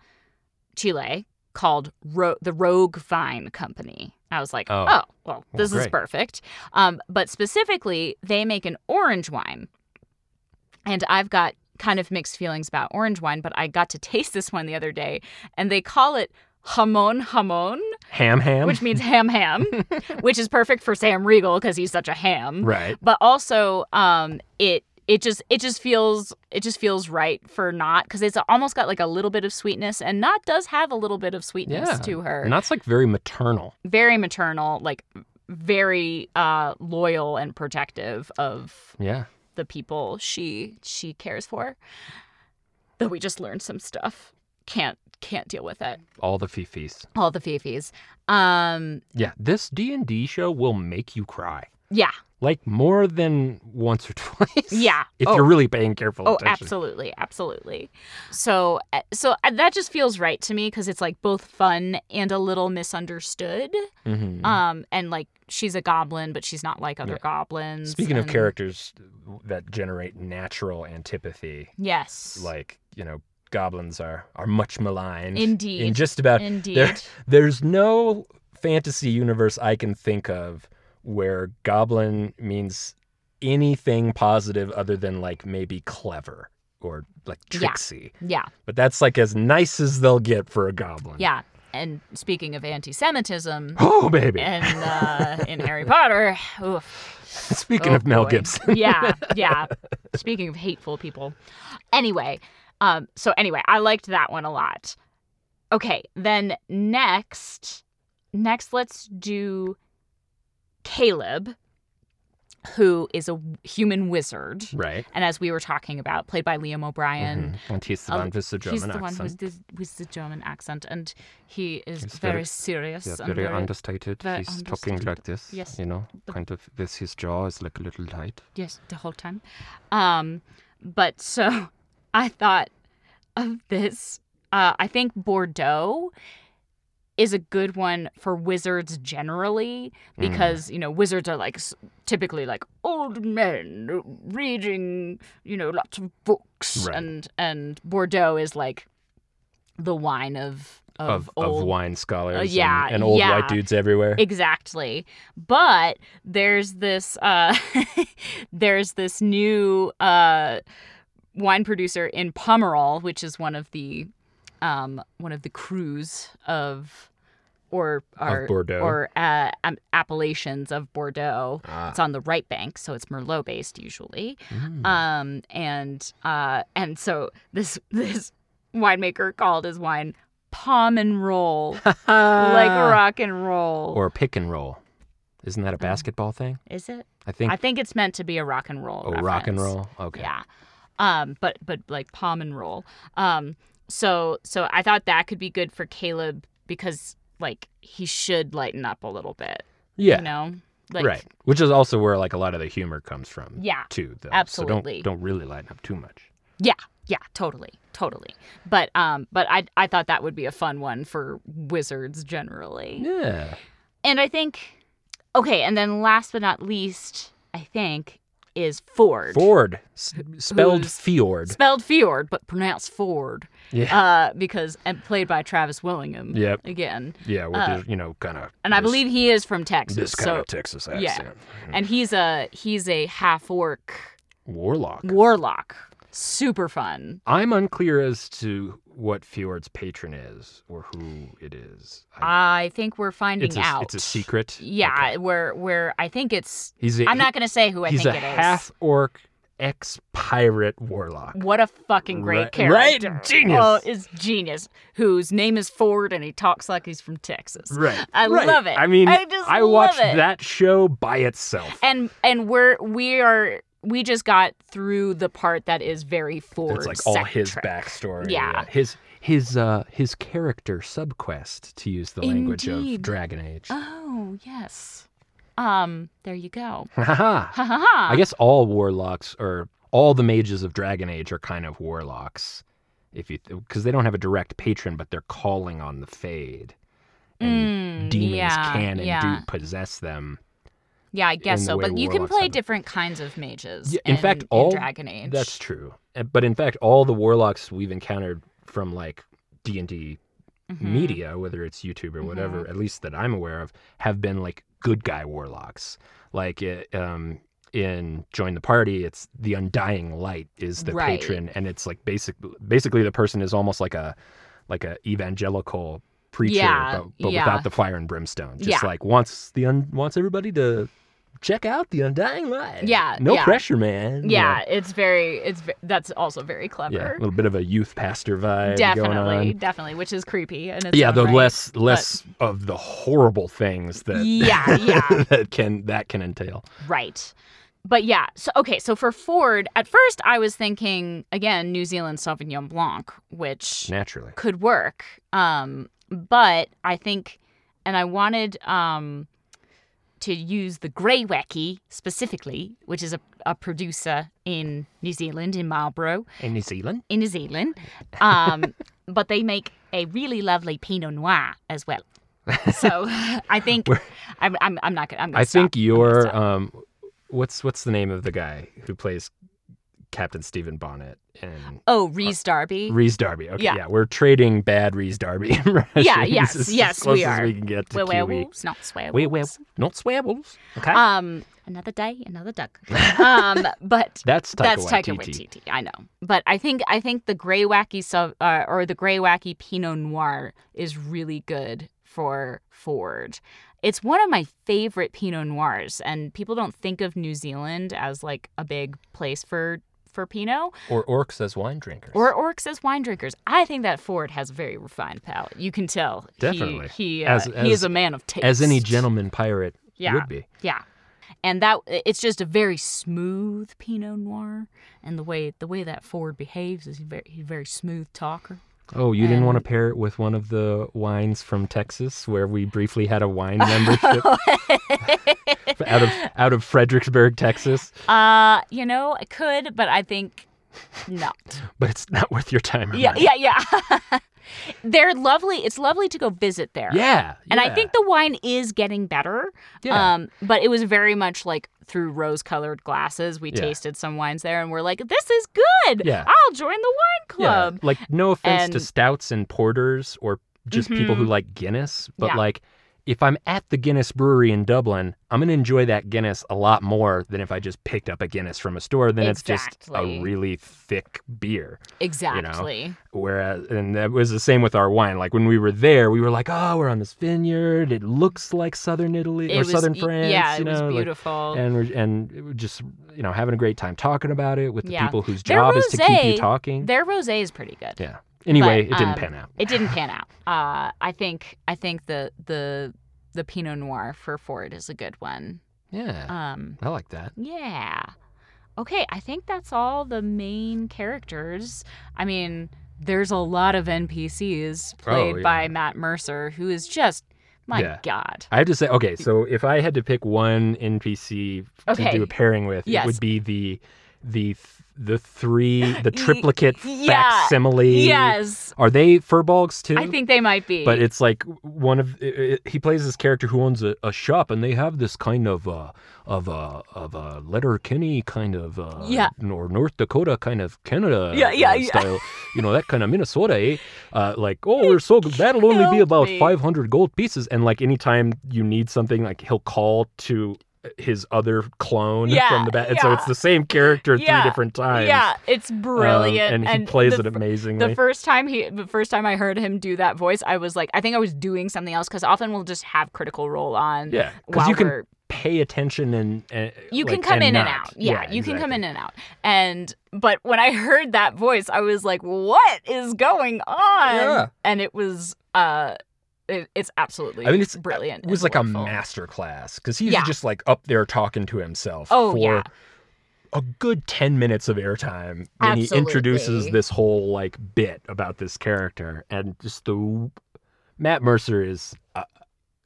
Speaker 1: chile called Ro- the rogue vine company i was like
Speaker 2: Oh.
Speaker 1: oh, well this is
Speaker 2: great.
Speaker 1: perfect um but specifically they make an orange wine and I've got kind of mixed feelings about orange wine, but I got to taste this one the other day, and they call it jamon jamon,
Speaker 2: Ham ham.
Speaker 1: which means ham ham, which is perfect for Sam Riegel because he's such a ham.
Speaker 2: right.
Speaker 1: But also, um, it it just it just feels it just feels right for not because it's almost got like a little bit of sweetness, and not does have a little bit of sweetness
Speaker 2: Yeah.
Speaker 1: to her.
Speaker 2: And that's like very maternal.
Speaker 1: very maternal, like very uh, loyal and protective of
Speaker 2: Yeah.
Speaker 1: the people she she cares for. Though we just learned some stuff. Can't can't deal with it.
Speaker 2: All the fifis.
Speaker 1: All the fifis. Um
Speaker 2: Yeah. This D and D show will make you cry.
Speaker 1: yeah.
Speaker 2: Like more than once or twice.
Speaker 1: Yeah.
Speaker 2: If
Speaker 1: Oh.
Speaker 2: you're really paying careful
Speaker 1: Oh,
Speaker 2: attention.
Speaker 1: absolutely, absolutely. So uh, so uh, that just feels right to me cuz it's like both fun and a little misunderstood.
Speaker 2: Mhm.
Speaker 1: Um and like she's a goblin but she's not like other
Speaker 2: Yeah.
Speaker 1: goblins.
Speaker 2: Speaking of
Speaker 1: and-
Speaker 2: characters that generate natural antipathy,
Speaker 1: Yes.
Speaker 2: like you know, goblins are are much maligned.
Speaker 1: Indeed.
Speaker 2: In just about there,
Speaker 1: Indeed.
Speaker 2: there's no fantasy universe I can think of where goblin means anything positive other than like maybe clever or like
Speaker 1: Yeah.
Speaker 2: tricksy.
Speaker 1: Yeah.
Speaker 2: But that's like as nice as they'll get for a goblin.
Speaker 1: Yeah. And speaking of anti-Semitism,
Speaker 2: Oh baby.
Speaker 1: and uh, in Harry Potter. Oof.
Speaker 2: Speaking
Speaker 1: Oh,
Speaker 2: of Mel
Speaker 1: boy.
Speaker 2: Gibson.
Speaker 1: Yeah, yeah. Speaking of hateful people. Anyway, um, so anyway, I liked that one a lot. Okay, then next, next let's do Caleb, who is a human wizard.
Speaker 2: Right.
Speaker 1: And as we were talking about, played by Liam O'Brien.
Speaker 2: Mhm. And he's the
Speaker 1: Um,
Speaker 2: one with the German
Speaker 1: He's the
Speaker 2: accent.
Speaker 1: one who's the, with the German accent, and he is
Speaker 6: He's
Speaker 1: very,
Speaker 6: very-
Speaker 1: serious.
Speaker 6: Yeah,
Speaker 1: and
Speaker 6: very understated.
Speaker 1: very
Speaker 6: He's talking
Speaker 1: understated.
Speaker 6: like this.
Speaker 1: Yes.
Speaker 6: You know,
Speaker 1: The-
Speaker 6: kind of with his jaw is like a little light.
Speaker 1: Yes, the whole time. Um, but so I thought of this. Uh, I think Bordeaux is a good one for wizards generally
Speaker 2: Hmm.
Speaker 1: because you know wizards are like s- typically like old men reading you know lots of books
Speaker 2: Right.
Speaker 1: and and Bordeaux is like the wine of of,
Speaker 2: of, of
Speaker 1: old
Speaker 2: wine scholars and-
Speaker 1: yeah,
Speaker 2: and, old
Speaker 1: yeah.
Speaker 2: white dudes everywhere.
Speaker 1: Exactly. But there's this uh there's this new uh wine producer in Pomerol, which is one of the um one of the crews of or or
Speaker 2: Bordeaux.
Speaker 1: or uh, um, appellations of Bordeaux.
Speaker 2: Ah.
Speaker 1: It's on the right bank, so it's Merlot based usually.
Speaker 2: Mm.
Speaker 1: Um and uh and so this this winemaker called his wine Palm and roll, like
Speaker 2: Ah.
Speaker 1: rock and roll.
Speaker 6: Or pick and roll. Isn't that a basketball thing?
Speaker 1: Is it?
Speaker 6: I think.
Speaker 1: I think it's meant to be a rock and roll.
Speaker 6: oh, rock and
Speaker 1: reference.
Speaker 6: roll. Okay.
Speaker 1: Yeah. Um, but but like palm and roll. Um, so so I thought that could be good for Caleb because like he should lighten up a little bit.
Speaker 2: yeah,
Speaker 1: You know. Like,
Speaker 2: right. Which is also where like a lot of the humor comes from.
Speaker 1: Yeah,
Speaker 2: too. Though.
Speaker 1: absolutely.
Speaker 2: So don't don't really lighten up too much.
Speaker 1: Yeah. Yeah. Totally. Totally. But um, but I I thought that would be a fun one for wizards generally.
Speaker 2: Yeah.
Speaker 1: And I think, okay. And then last but not least, I think is Ford.
Speaker 2: Ford, s- spelled
Speaker 1: Who's-
Speaker 2: fjord.
Speaker 1: Spelled Fjord, but pronounced Ford.
Speaker 2: yeah.
Speaker 1: uh, because and played by Travis Willingham.
Speaker 2: Yep.
Speaker 1: Again,
Speaker 2: yeah. With
Speaker 1: uh,
Speaker 2: this, you know, kind of.
Speaker 1: and I believe he is from Texas.
Speaker 2: this kind
Speaker 1: so,
Speaker 2: of Texas
Speaker 1: yeah.
Speaker 2: accent. Yeah.
Speaker 1: and he's a he's a half orc
Speaker 2: Warlock.
Speaker 1: warlock. Super fun.
Speaker 2: I'm unclear as to what Fjord's patron is or who it is. I-
Speaker 1: I think we're finding
Speaker 2: it's a,
Speaker 1: out.
Speaker 2: It's a secret.
Speaker 1: Yeah,
Speaker 2: Okay.
Speaker 1: where where I think it's.
Speaker 2: He's a,
Speaker 1: I'm not gonna say who I
Speaker 2: he's
Speaker 1: think
Speaker 2: a
Speaker 1: it is.
Speaker 2: half orc, ex pirate warlock.
Speaker 1: What a fucking great
Speaker 2: Right- right?
Speaker 1: character!
Speaker 2: Genius.
Speaker 1: Oh, it's genius. Whose name is Ford, and he talks like he's from Texas.
Speaker 2: Right.
Speaker 1: I
Speaker 2: right.
Speaker 1: love it.
Speaker 2: I mean,
Speaker 1: I just love
Speaker 2: watched
Speaker 1: it.
Speaker 2: that show by itself.
Speaker 1: and and we're we are we just got through the part that is very forward.
Speaker 2: it's like all his
Speaker 1: centric.
Speaker 2: backstory.
Speaker 1: Yeah.
Speaker 2: His his uh his character subquest to use the language
Speaker 1: Indeed.
Speaker 2: of Dragon Age.
Speaker 1: Oh yes. Um. There you go.
Speaker 2: Haha.
Speaker 1: Ha ha ha.
Speaker 2: I guess all warlocks or all the mages of Dragon Age are kind of warlocks, if you because they don't have a direct patron, but they're calling on the Fade, and
Speaker 1: Mm,
Speaker 2: demons
Speaker 1: yeah,
Speaker 2: can and
Speaker 1: yeah.
Speaker 2: do possess them.
Speaker 1: yeah, I guess
Speaker 2: in the
Speaker 1: so.
Speaker 2: way
Speaker 1: But you can
Speaker 2: warlocks
Speaker 1: play
Speaker 2: have it.
Speaker 1: different kinds of mages.
Speaker 2: Yeah, in fact, all-
Speaker 1: Dragon Age.
Speaker 2: That's true. Uh, But in fact, all the warlocks we've encountered from like D and D
Speaker 1: Mhm.
Speaker 2: media, whether it's YouTube
Speaker 1: Mm-hmm.
Speaker 2: or whatever, at least that I'm aware of, have been like good guy warlocks. Like it, um, in Join the Party, it's the Undying Light is the
Speaker 1: Right.
Speaker 2: patron, and it's like basic, basically the person is almost like a like a evangelical preacher,
Speaker 1: Yeah,
Speaker 2: but, but
Speaker 1: yeah.
Speaker 2: without the fire and brimstone. Just
Speaker 1: Yeah.
Speaker 2: like wants the un, wants everybody to check out the Undying Light.
Speaker 1: Yeah,
Speaker 2: no
Speaker 1: yeah.
Speaker 2: pressure, man. You know?
Speaker 1: Yeah, it's very. It's ve- that's also very
Speaker 2: Yeah, a
Speaker 1: clever.
Speaker 2: little bit of a youth pastor vibe going
Speaker 1: definitely,
Speaker 2: on.
Speaker 1: definitely, which is creepy. And
Speaker 2: yeah, the less less of the horrible things that
Speaker 1: Yeah, yeah.
Speaker 2: that can that can entail.
Speaker 1: Right. But yeah, so okay, so for Ford, at first I was thinking again New Zealand Sauvignon Blanc, which
Speaker 2: Naturally.
Speaker 1: could work. Um, but I think, and I wanted um, to use the Grey Wacky specifically, which is a, a producer in New Zealand, in Marlborough,
Speaker 2: In New Zealand.
Speaker 1: in New Zealand. Um, but they make a really lovely Pinot Noir as well. So I think I'm, I'm, I'm not gonna. I'm gonna
Speaker 2: I
Speaker 1: stop.
Speaker 2: think
Speaker 1: I'm gonna
Speaker 2: your
Speaker 1: stop.
Speaker 2: um what's what's the name of the guy who plays Captain Stephen Bonnet and
Speaker 1: Oh, Reese Darby.
Speaker 2: Reese Darby. Okay,
Speaker 1: Yeah.
Speaker 2: yeah. we're trading bad Reese Darby impressions.
Speaker 1: yes,
Speaker 2: as
Speaker 1: yes, we
Speaker 2: close as
Speaker 1: are.
Speaker 2: we can get to
Speaker 1: We're
Speaker 2: Kiwi.
Speaker 1: werewolves, not swearwolves.
Speaker 2: We're werewolves, not swearwolves. Okay,
Speaker 1: Um, another day, another duck. um, but
Speaker 2: that's Taika
Speaker 1: that's Taika
Speaker 2: Waititi.
Speaker 1: Waititi. I know, but I think I think the gray wacky sub uh, or the gray wacky Pinot Noir is really good for Ford. It's one of my favorite Pinot Noirs, and people don't think of New Zealand as like a big place for for Pinot
Speaker 2: or orcs as wine drinkers.
Speaker 1: or orcs as wine drinkers. I think that Ford has a very refined palate. You can tell. He-
Speaker 2: Definitely.
Speaker 1: he uh,
Speaker 2: As-
Speaker 1: he
Speaker 2: as-
Speaker 1: is a man of taste.
Speaker 2: as any gentleman pirate
Speaker 1: Yeah.
Speaker 2: would be.
Speaker 1: Yeah. and that it's just a very smooth Pinot Noir, and the way the way that Ford behaves is very he's a very smooth talker.
Speaker 2: Oh, you didn't want to
Speaker 1: And-
Speaker 2: pair it with one of the wines from Texas where we briefly had a wine membership out of out of Fredericksburg, Texas,
Speaker 1: uh, you know, I could, but I think not.
Speaker 2: but it's not worth your time. or
Speaker 1: yeah,
Speaker 2: money.
Speaker 1: yeah, yeah. They're lovely. It's lovely to go visit there.
Speaker 2: Yeah.
Speaker 1: And I
Speaker 2: yeah.
Speaker 1: think the wine is getting better.
Speaker 2: Yeah.
Speaker 1: Um, but it was very much like through rose colored glasses. We
Speaker 2: Yeah.
Speaker 1: tasted some wines there and we're like, this is good.
Speaker 2: Yeah.
Speaker 1: I'll join the wine club.
Speaker 2: Yeah. Like no offense to
Speaker 1: And-
Speaker 2: stouts and porters or just people who
Speaker 1: Mhm.
Speaker 2: like Guinness, but
Speaker 1: Yeah.
Speaker 2: like if I'm at the Guinness brewery in Dublin, I'm going to enjoy that Guinness a lot more than if I just picked up a Guinness from a store then it's just a
Speaker 1: Exactly.
Speaker 2: really thick beer.
Speaker 1: Exactly.
Speaker 2: Whereas and that was the same with our wine. Like when we were there, we were like, "Oh, we're on this vineyard. It looks like southern Italy
Speaker 1: It
Speaker 2: or
Speaker 1: was-
Speaker 2: southern
Speaker 1: y-
Speaker 2: France,
Speaker 1: Yeah,
Speaker 2: you
Speaker 1: it was
Speaker 2: know." like-
Speaker 1: beautiful.
Speaker 2: and we're and we we're just you know having a great time talking about it with the
Speaker 1: Yeah.
Speaker 2: people whose
Speaker 1: Their
Speaker 2: job is to keep you
Speaker 1: rosé-
Speaker 2: talking.
Speaker 1: Their rose is pretty good.
Speaker 2: Yeah. Anyway,
Speaker 1: But,
Speaker 2: it didn't
Speaker 1: um,
Speaker 2: pan out.
Speaker 1: It didn't pan out. Uh, I think I think the the the Pinot Noir for Ford is a good one.
Speaker 2: Yeah,
Speaker 1: Um,
Speaker 2: I like that.
Speaker 1: yeah. Okay, I think that's all the main characters. I mean, there's a lot of NPCs played
Speaker 2: Oh, yeah.
Speaker 1: by Matt Mercer, who is just my
Speaker 2: Yeah.
Speaker 1: god.
Speaker 2: I have to say, okay, so if I had to pick one NPC to
Speaker 1: Okay.
Speaker 2: do a pairing with, it
Speaker 1: Yes.
Speaker 2: would be the the the three the triplicate
Speaker 1: yeah.
Speaker 2: facsimile.
Speaker 1: Yes,
Speaker 2: Are they furbalgs too?
Speaker 1: I think they might be.
Speaker 2: But it's like one of it, it, he plays this character who owns a, a shop, and they have this kind of uh, of a of a Letterkenny kind of uh,
Speaker 1: Yeah.
Speaker 2: or North Dakota kind of Canada
Speaker 1: Yeah, yeah,
Speaker 2: uh,
Speaker 1: yeah.
Speaker 2: style, you know that kind of Minnesota, eh? Uh, like oh, we're so good. that'll only be
Speaker 1: killed
Speaker 2: about
Speaker 1: me.
Speaker 2: five hundred gold pieces, and like anytime you need something, like he'll call to his other clone
Speaker 1: Yeah,
Speaker 2: from the back, and so
Speaker 1: yeah.
Speaker 2: it's the same character
Speaker 1: Yeah,
Speaker 2: three different times.
Speaker 1: yeah, it's
Speaker 2: Um,
Speaker 1: brilliant,
Speaker 2: and he plays
Speaker 1: the
Speaker 2: it amazingly.
Speaker 1: The first time he, the first time I heard him do that voice, I was like, I think I was doing something else because often we'll just have Critical Role on.
Speaker 2: Yeah, because
Speaker 1: while
Speaker 2: you can
Speaker 1: we're-
Speaker 2: pay attention and, and
Speaker 1: you can
Speaker 2: like,
Speaker 1: come in and
Speaker 2: not.
Speaker 1: out. Yeah, you can come
Speaker 2: exactly.
Speaker 1: in and out. And but when I heard that voice, I was like, what is going on?
Speaker 2: Yeah.
Speaker 1: And it was, uh, it, it's absolutely.
Speaker 2: I mean, it's uh,
Speaker 1: brilliant.
Speaker 2: It was
Speaker 1: and
Speaker 2: like a
Speaker 1: wonderful.
Speaker 2: master class because he's
Speaker 1: Yeah.
Speaker 2: just like up there talking to himself
Speaker 1: Oh,
Speaker 2: for
Speaker 1: yeah.
Speaker 2: a good ten minutes of airtime, and he introduces
Speaker 1: Absolutely.
Speaker 2: this whole like bit about this character, and just the Matt Mercer is. Uh,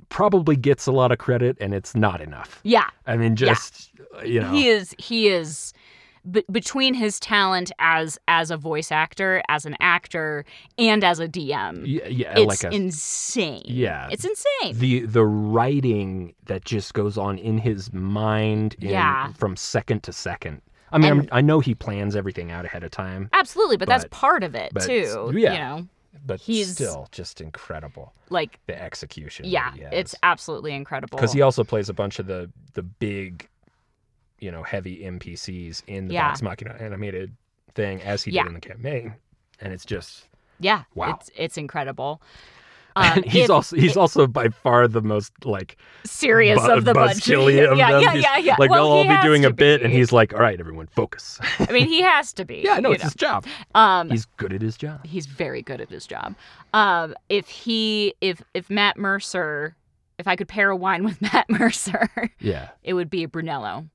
Speaker 2: probably gets a lot of credit and it's not enough.
Speaker 1: Yeah,
Speaker 2: I mean
Speaker 1: Yeah.
Speaker 2: just uh, you know.
Speaker 1: he is. He is. Be- between his talent as as a voice actor, as an actor, and as a DM,
Speaker 2: y- yeah,
Speaker 1: it's
Speaker 2: like a
Speaker 1: insane.
Speaker 2: Yeah.
Speaker 1: it's insane.
Speaker 2: the the writing that just goes on in his mind in,
Speaker 1: Yeah.
Speaker 2: from second to second i mean I'm,
Speaker 1: And-
Speaker 2: i know he plans everything out ahead of time
Speaker 1: Absolutely, but, that's
Speaker 2: But-
Speaker 1: part of it
Speaker 2: but
Speaker 1: too.
Speaker 2: yeah.
Speaker 1: You know,
Speaker 2: but
Speaker 1: He's-
Speaker 2: still just incredible
Speaker 1: like
Speaker 2: the execution
Speaker 1: yeah, it's absolutely incredible.
Speaker 2: because he also plays a bunch of the the big you know heavy npcs in the
Speaker 1: Yeah.
Speaker 2: vox machina animated thing as he
Speaker 1: Yeah.
Speaker 2: did in the campaign and it's just
Speaker 1: yeah,
Speaker 2: Wow.
Speaker 1: it's it's incredible. Um,
Speaker 2: and he's
Speaker 1: if-
Speaker 2: also he's also by far the most like
Speaker 1: serious
Speaker 2: bu-
Speaker 1: of the bunch.
Speaker 2: buzzkilly of
Speaker 1: yeah,
Speaker 2: them.
Speaker 1: yeah,
Speaker 2: He's-
Speaker 1: yeah, yeah.
Speaker 2: like
Speaker 1: well,
Speaker 2: they'll all
Speaker 1: he
Speaker 2: be
Speaker 1: has
Speaker 2: doing
Speaker 1: to
Speaker 2: a bit and
Speaker 1: be.
Speaker 2: he's like all right everyone focus
Speaker 1: I mean, he has to be.
Speaker 2: yeah no
Speaker 1: you
Speaker 2: it's his job
Speaker 1: know. um,
Speaker 2: He's good at his job.
Speaker 1: he's very good at his job. Um, if he, if if Matt Mercer, if I could pair a wine with Matt Mercer,
Speaker 2: Yeah.
Speaker 1: it would be a Brunello,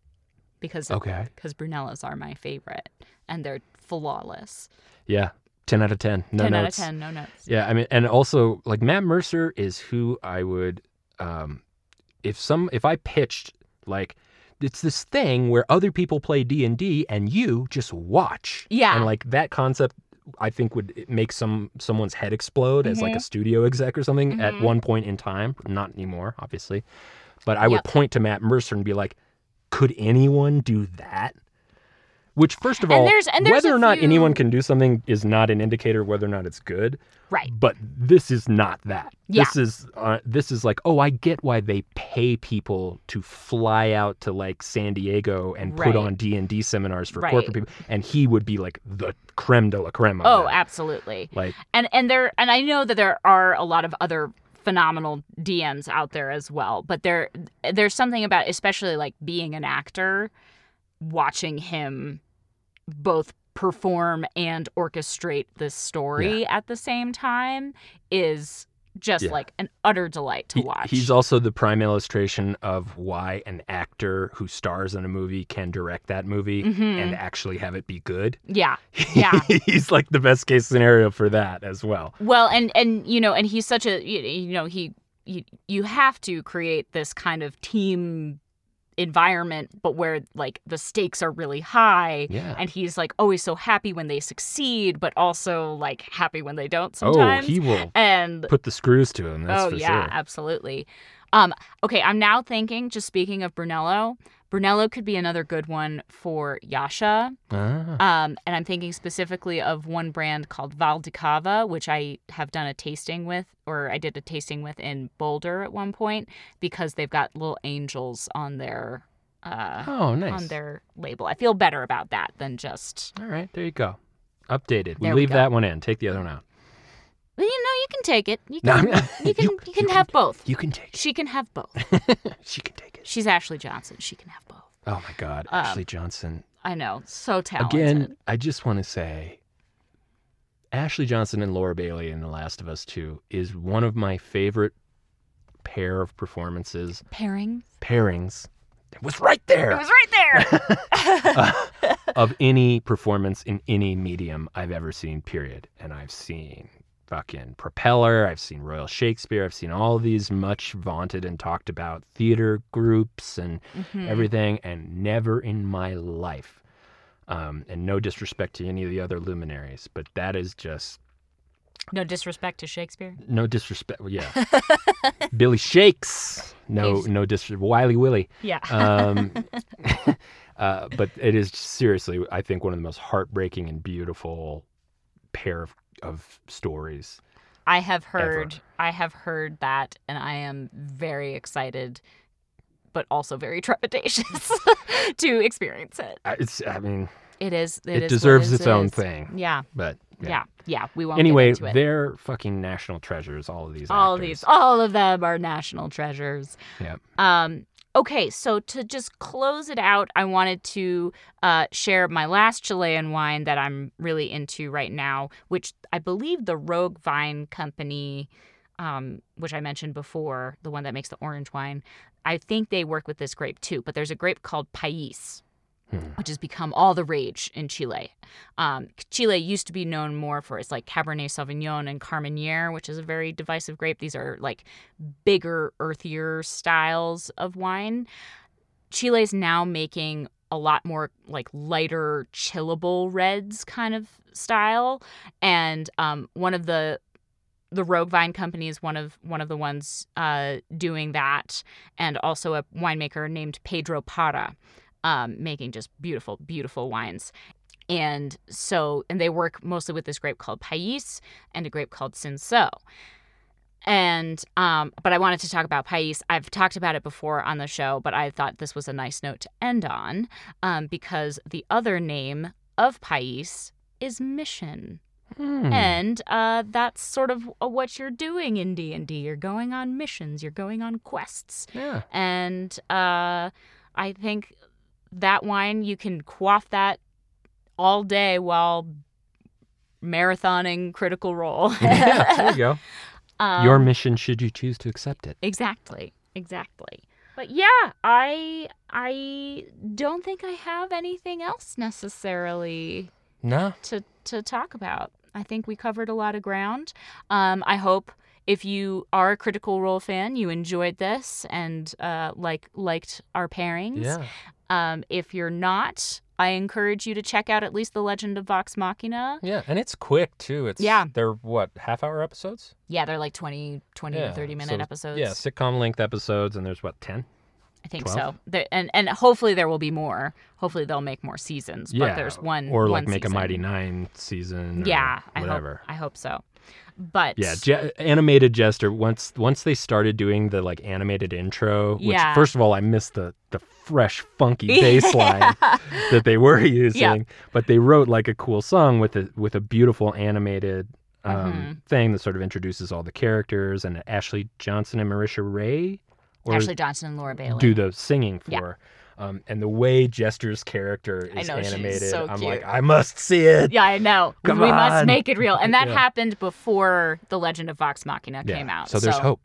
Speaker 1: because
Speaker 2: Okay.
Speaker 1: because Brunellos are my favorite and they're flawless.
Speaker 2: Yeah. Ten out of ten. No
Speaker 1: ten
Speaker 2: notes.
Speaker 1: out of ten, no notes.
Speaker 2: Yeah. I mean, and also like Matt Mercer is who I would, um, if some if I pitched like it's this thing where other people play D and D and you just watch.
Speaker 1: Yeah.
Speaker 2: And like that concept, I think would make some someone's head explode as
Speaker 1: Mm-hmm.
Speaker 2: like a studio exec or something at
Speaker 1: Mhm.
Speaker 2: one point in time. Not anymore, obviously. But I would
Speaker 1: Yep.
Speaker 2: point to Matt Mercer and be like, could anyone do that? Which, first of
Speaker 1: And
Speaker 2: all,
Speaker 1: there's- and there's
Speaker 2: whether
Speaker 1: a
Speaker 2: or not anyone
Speaker 1: few-
Speaker 2: can do something is not an indicator of whether or not it's good.
Speaker 1: Right.
Speaker 2: But this is not that.
Speaker 1: Yeah.
Speaker 2: This is uh, this is like, oh, I get why they pay people to fly out to like San Diego and put
Speaker 1: Right.
Speaker 2: on D and D seminars for
Speaker 1: Right.
Speaker 2: corporate people, and he would be like the creme de la creme. of
Speaker 1: Oh,
Speaker 2: that.
Speaker 1: absolutely.
Speaker 2: like
Speaker 1: and and there and I know that there are a lot of other phenomenal DMs out there as well, but there there's something about especially like being an actor, watching him both perform and orchestrate this story at the same time is just
Speaker 2: Yeah.
Speaker 1: like an utter delight to
Speaker 2: He-
Speaker 1: watch.
Speaker 2: he's also the prime illustration of why an actor who stars in a movie can direct that movie
Speaker 1: Mhm.
Speaker 2: and actually have it be good.
Speaker 1: yeah, yeah.
Speaker 2: he's like the best case scenario for that as well.
Speaker 1: Well, and and you know, and he's such a you, you know he you, you have to create this kind of team environment, but where like the stakes are really high.
Speaker 2: Yeah.
Speaker 1: And he's like always so happy when they succeed, but also like happy when they don't sometimes.
Speaker 2: Oh, he will
Speaker 1: and
Speaker 2: put the screws to him. That's
Speaker 1: oh
Speaker 2: for
Speaker 1: yeah,
Speaker 2: sure.
Speaker 1: absolutely. Um, okay, I'm now thinking. Just speaking of Brunello, Brunello could be another good one for Yasha.
Speaker 2: Ah.
Speaker 1: Um, and I'm thinking specifically of one brand called Val di Cava, which I have done a tasting with, or I did a tasting with in Boulder at one point because they've got little angels on their uh,
Speaker 2: Oh, nice.
Speaker 1: on their label. I feel better about that than just
Speaker 2: All right, there you go. Updated. We
Speaker 1: There we
Speaker 2: leave
Speaker 1: go.
Speaker 2: that one in. Take the other one out.
Speaker 1: well, you know, you can take it. You
Speaker 2: No,
Speaker 1: can
Speaker 2: I'm-
Speaker 1: you can
Speaker 2: you-
Speaker 1: you, can
Speaker 2: you
Speaker 1: have both.
Speaker 2: You can take
Speaker 1: She can have both.
Speaker 2: it. she can take it.
Speaker 1: She's Ashley Johnson. She can have both.
Speaker 2: Oh my God,
Speaker 1: Um,
Speaker 2: Ashley Johnson.
Speaker 1: I know, so talented.
Speaker 2: Again, I just want to say, Ashley Johnson and Laura Bailey in The Last of Us Two is one of my favorite pair of performances
Speaker 7: Pairing.
Speaker 2: pairings. It was right there.
Speaker 1: it was right there.
Speaker 2: of any performance in any medium I've ever seen, period. And I've seen fucking Propeller, I've seen Royal Shakespeare, I've seen all these much vaunted and talked about theater groups and
Speaker 1: Mhm.
Speaker 2: everything, and never in my life. Um, and no disrespect to any of the other luminaries, but that is just
Speaker 1: No disrespect to Shakespeare.
Speaker 2: no disrespect. Yeah, Billy Shakes. No,
Speaker 1: He's-
Speaker 2: no disrespect. Wiley Willie
Speaker 1: Yeah.
Speaker 2: um, uh, but it is seriously, I think, one of the most heartbreaking and beautiful pair of, of stories.
Speaker 1: I have heard I have heard that and I am very excited but also very trepidatious to experience it.
Speaker 2: I- Uh, It's, I mean,
Speaker 1: It is it,
Speaker 2: it,
Speaker 1: is what
Speaker 2: deserves
Speaker 1: is,
Speaker 2: its
Speaker 1: it
Speaker 2: own
Speaker 1: is.
Speaker 2: thing.
Speaker 1: Yeah,
Speaker 2: But
Speaker 1: yeah. Yeah. we won't
Speaker 2: Anyway,
Speaker 1: get into it.
Speaker 2: they're fucking national treasures. All of these.
Speaker 1: all
Speaker 2: actors.
Speaker 1: these all of them are national treasures.
Speaker 2: Yep.
Speaker 1: Um okay, so to just close it out, I wanted to uh, share my last Chilean wine that I'm really into right now, which I believe the Rogue Vine Company, um, which I mentioned before, the one that makes the orange wine, I think they work with this grape too. But there's a grape called Pais,
Speaker 2: Hmm.
Speaker 1: which has become all the rage in Chile. Um, Chile used to be known more for its like Cabernet Sauvignon and Carmenere, which is a very divisive grape. These are like bigger, earthier styles of wine. Chile's now making a lot more like lighter, chillable reds kind of style, and um, one of the the Rogue Vine Company is one of one of the ones uh, doing that, and also a winemaker named Pedro Para, um, making just beautiful, beautiful wines. And so, and they work mostly with this grape called Pais and a grape called Cinso and um but i wanted to talk about pais i've talked about it before on the show but i thought this was a nice note to end on um, because the other name of pais is mission
Speaker 2: Hmm.
Speaker 1: and uh, that's sort of uh, what you're doing in d&d you're going on missions you're going on quests
Speaker 2: yeah.
Speaker 1: and uh, I think that wine you can quaff that all day while marathoning Critical Role.
Speaker 2: yeah. There you go.
Speaker 1: Um,
Speaker 2: Your mission, should you choose to accept it.
Speaker 1: exactly, exactly. But yeah, I I don't think I have anything else necessarily
Speaker 2: No.
Speaker 1: to to talk about. I think we covered a lot of ground. Um, I hope if you are a Critical Role fan, you enjoyed this and uh, like liked our pairings.
Speaker 2: Yeah.
Speaker 1: Um, if you're not, I encourage you to check out at least The Legend of Vox Machina.
Speaker 2: Yeah. And it's quick too. It's
Speaker 1: Yeah.
Speaker 2: They're what half hour episodes.
Speaker 1: Yeah, they're like 20, 20
Speaker 2: Yeah,
Speaker 1: to 30 minute
Speaker 2: so-
Speaker 1: episodes.
Speaker 2: Yeah, sitcom length episodes, and there's what ten.
Speaker 1: I think
Speaker 2: 12?
Speaker 1: so. There- and, and hopefully there will be more. Hopefully they'll make more seasons,
Speaker 2: yeah,
Speaker 1: but there's one.
Speaker 2: or like
Speaker 1: one
Speaker 2: make a
Speaker 1: season.
Speaker 2: mighty nine season. or
Speaker 1: Yeah, I
Speaker 2: whatever.
Speaker 1: hope I hope so. But
Speaker 2: Yeah, Je- animated jester. Once once they started doing the like animated intro, which
Speaker 1: Yeah.
Speaker 2: first of all I missed the the fresh funky bass line that they were using, but they wrote like a cool song with a with a beautiful animated um,
Speaker 1: Mm-hmm.
Speaker 2: thing that sort of introduces all the characters and Ashley Johnson and Marisha Ray, or
Speaker 1: Ashley Johnson and Laura Bailey.
Speaker 2: do the singing for.
Speaker 1: Yeah.
Speaker 2: Um, and the way Jester's character
Speaker 8: I
Speaker 2: is
Speaker 8: know, she's
Speaker 2: animated,
Speaker 8: so
Speaker 2: I'm
Speaker 8: cute.
Speaker 2: like, I must see it.
Speaker 8: Yeah, I know.
Speaker 2: Come
Speaker 8: we must
Speaker 2: on.
Speaker 8: make it real. And that
Speaker 2: Yeah.
Speaker 8: happened before The Legend of Vox Machina
Speaker 2: Yeah.
Speaker 8: came out.
Speaker 2: So there's hope.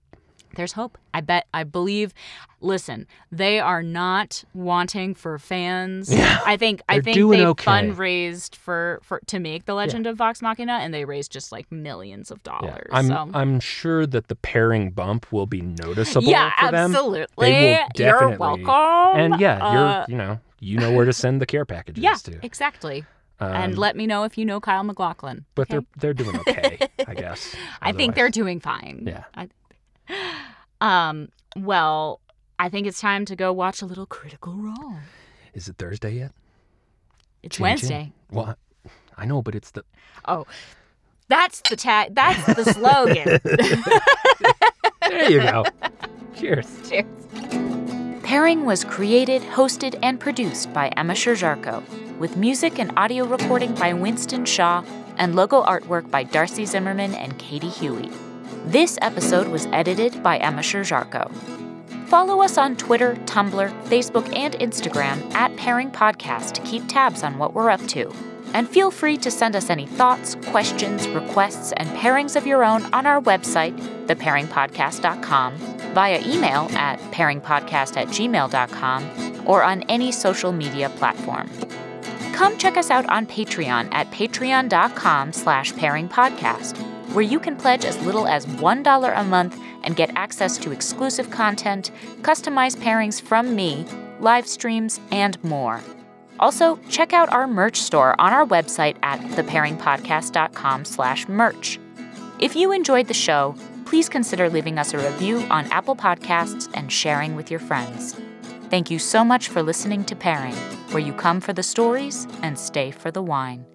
Speaker 8: There's hope. I bet, I believe. Listen, they are not wanting for fans.
Speaker 2: Yeah.
Speaker 8: I think, I
Speaker 2: They're
Speaker 8: think
Speaker 2: doing
Speaker 8: they
Speaker 2: okay.
Speaker 8: fundraised for, for to make The Legend of Vox Machina, and they raised just like millions of
Speaker 2: Yeah.
Speaker 8: dollars.
Speaker 2: I'm
Speaker 8: so.
Speaker 2: I'm sure that the pairing bump will be noticeable
Speaker 8: yeah,
Speaker 2: for them.
Speaker 8: absolutely.
Speaker 2: They will
Speaker 8: You're
Speaker 2: definitely-
Speaker 8: welcome.
Speaker 2: And yeah,
Speaker 8: Uh,
Speaker 2: you're you know you know where to send the care packages
Speaker 8: yeah,
Speaker 2: to.
Speaker 8: exactly.
Speaker 2: Um,
Speaker 8: and let me know if you know Kyle McLaughlin.
Speaker 2: but they're they're doing okay, I guess.
Speaker 8: I think
Speaker 2: Otherwise-
Speaker 8: they're doing fine.
Speaker 2: Yeah.
Speaker 8: I, um. Well, I think it's time to go watch a little Critical Role.
Speaker 2: Is it Thursday yet?
Speaker 8: It's
Speaker 2: Chin chin.
Speaker 8: Wednesday.
Speaker 2: Well, I know, but it's the
Speaker 8: Oh, that's the tag. That's the slogan.
Speaker 2: there you go. Cheers.
Speaker 1: Pairing was created, hosted, and produced by Emma Sherjarko, with music and audio recording by Winston Shaw and logo artwork by Darcy Zimmerman and Katie Huey. This episode was edited by Emma Sherjarko. Follow us on Twitter, Tumblr, Facebook, and Instagram at Pairing Podcast to keep tabs on what we're up to. And feel free to send us any thoughts, questions, requests, and pairings of your own on our website, thepairingpodcast.com, via email at pairingpodcast at gmail.com, or on any social media platform. Come check us out on Patreon at patreon.com slash pairingpodcast, where you can pledge as little as $1 a month and get access to exclusive content, customized pairings from me, live streams, and more. Also, check out our merch store on our website at thepairingpodcast.com slash merch. If you enjoyed the show, please consider leaving us a review on Apple Podcasts and sharing with your friends. Thank you so much for listening to Pairing, where you come for the stories and stay for the wine.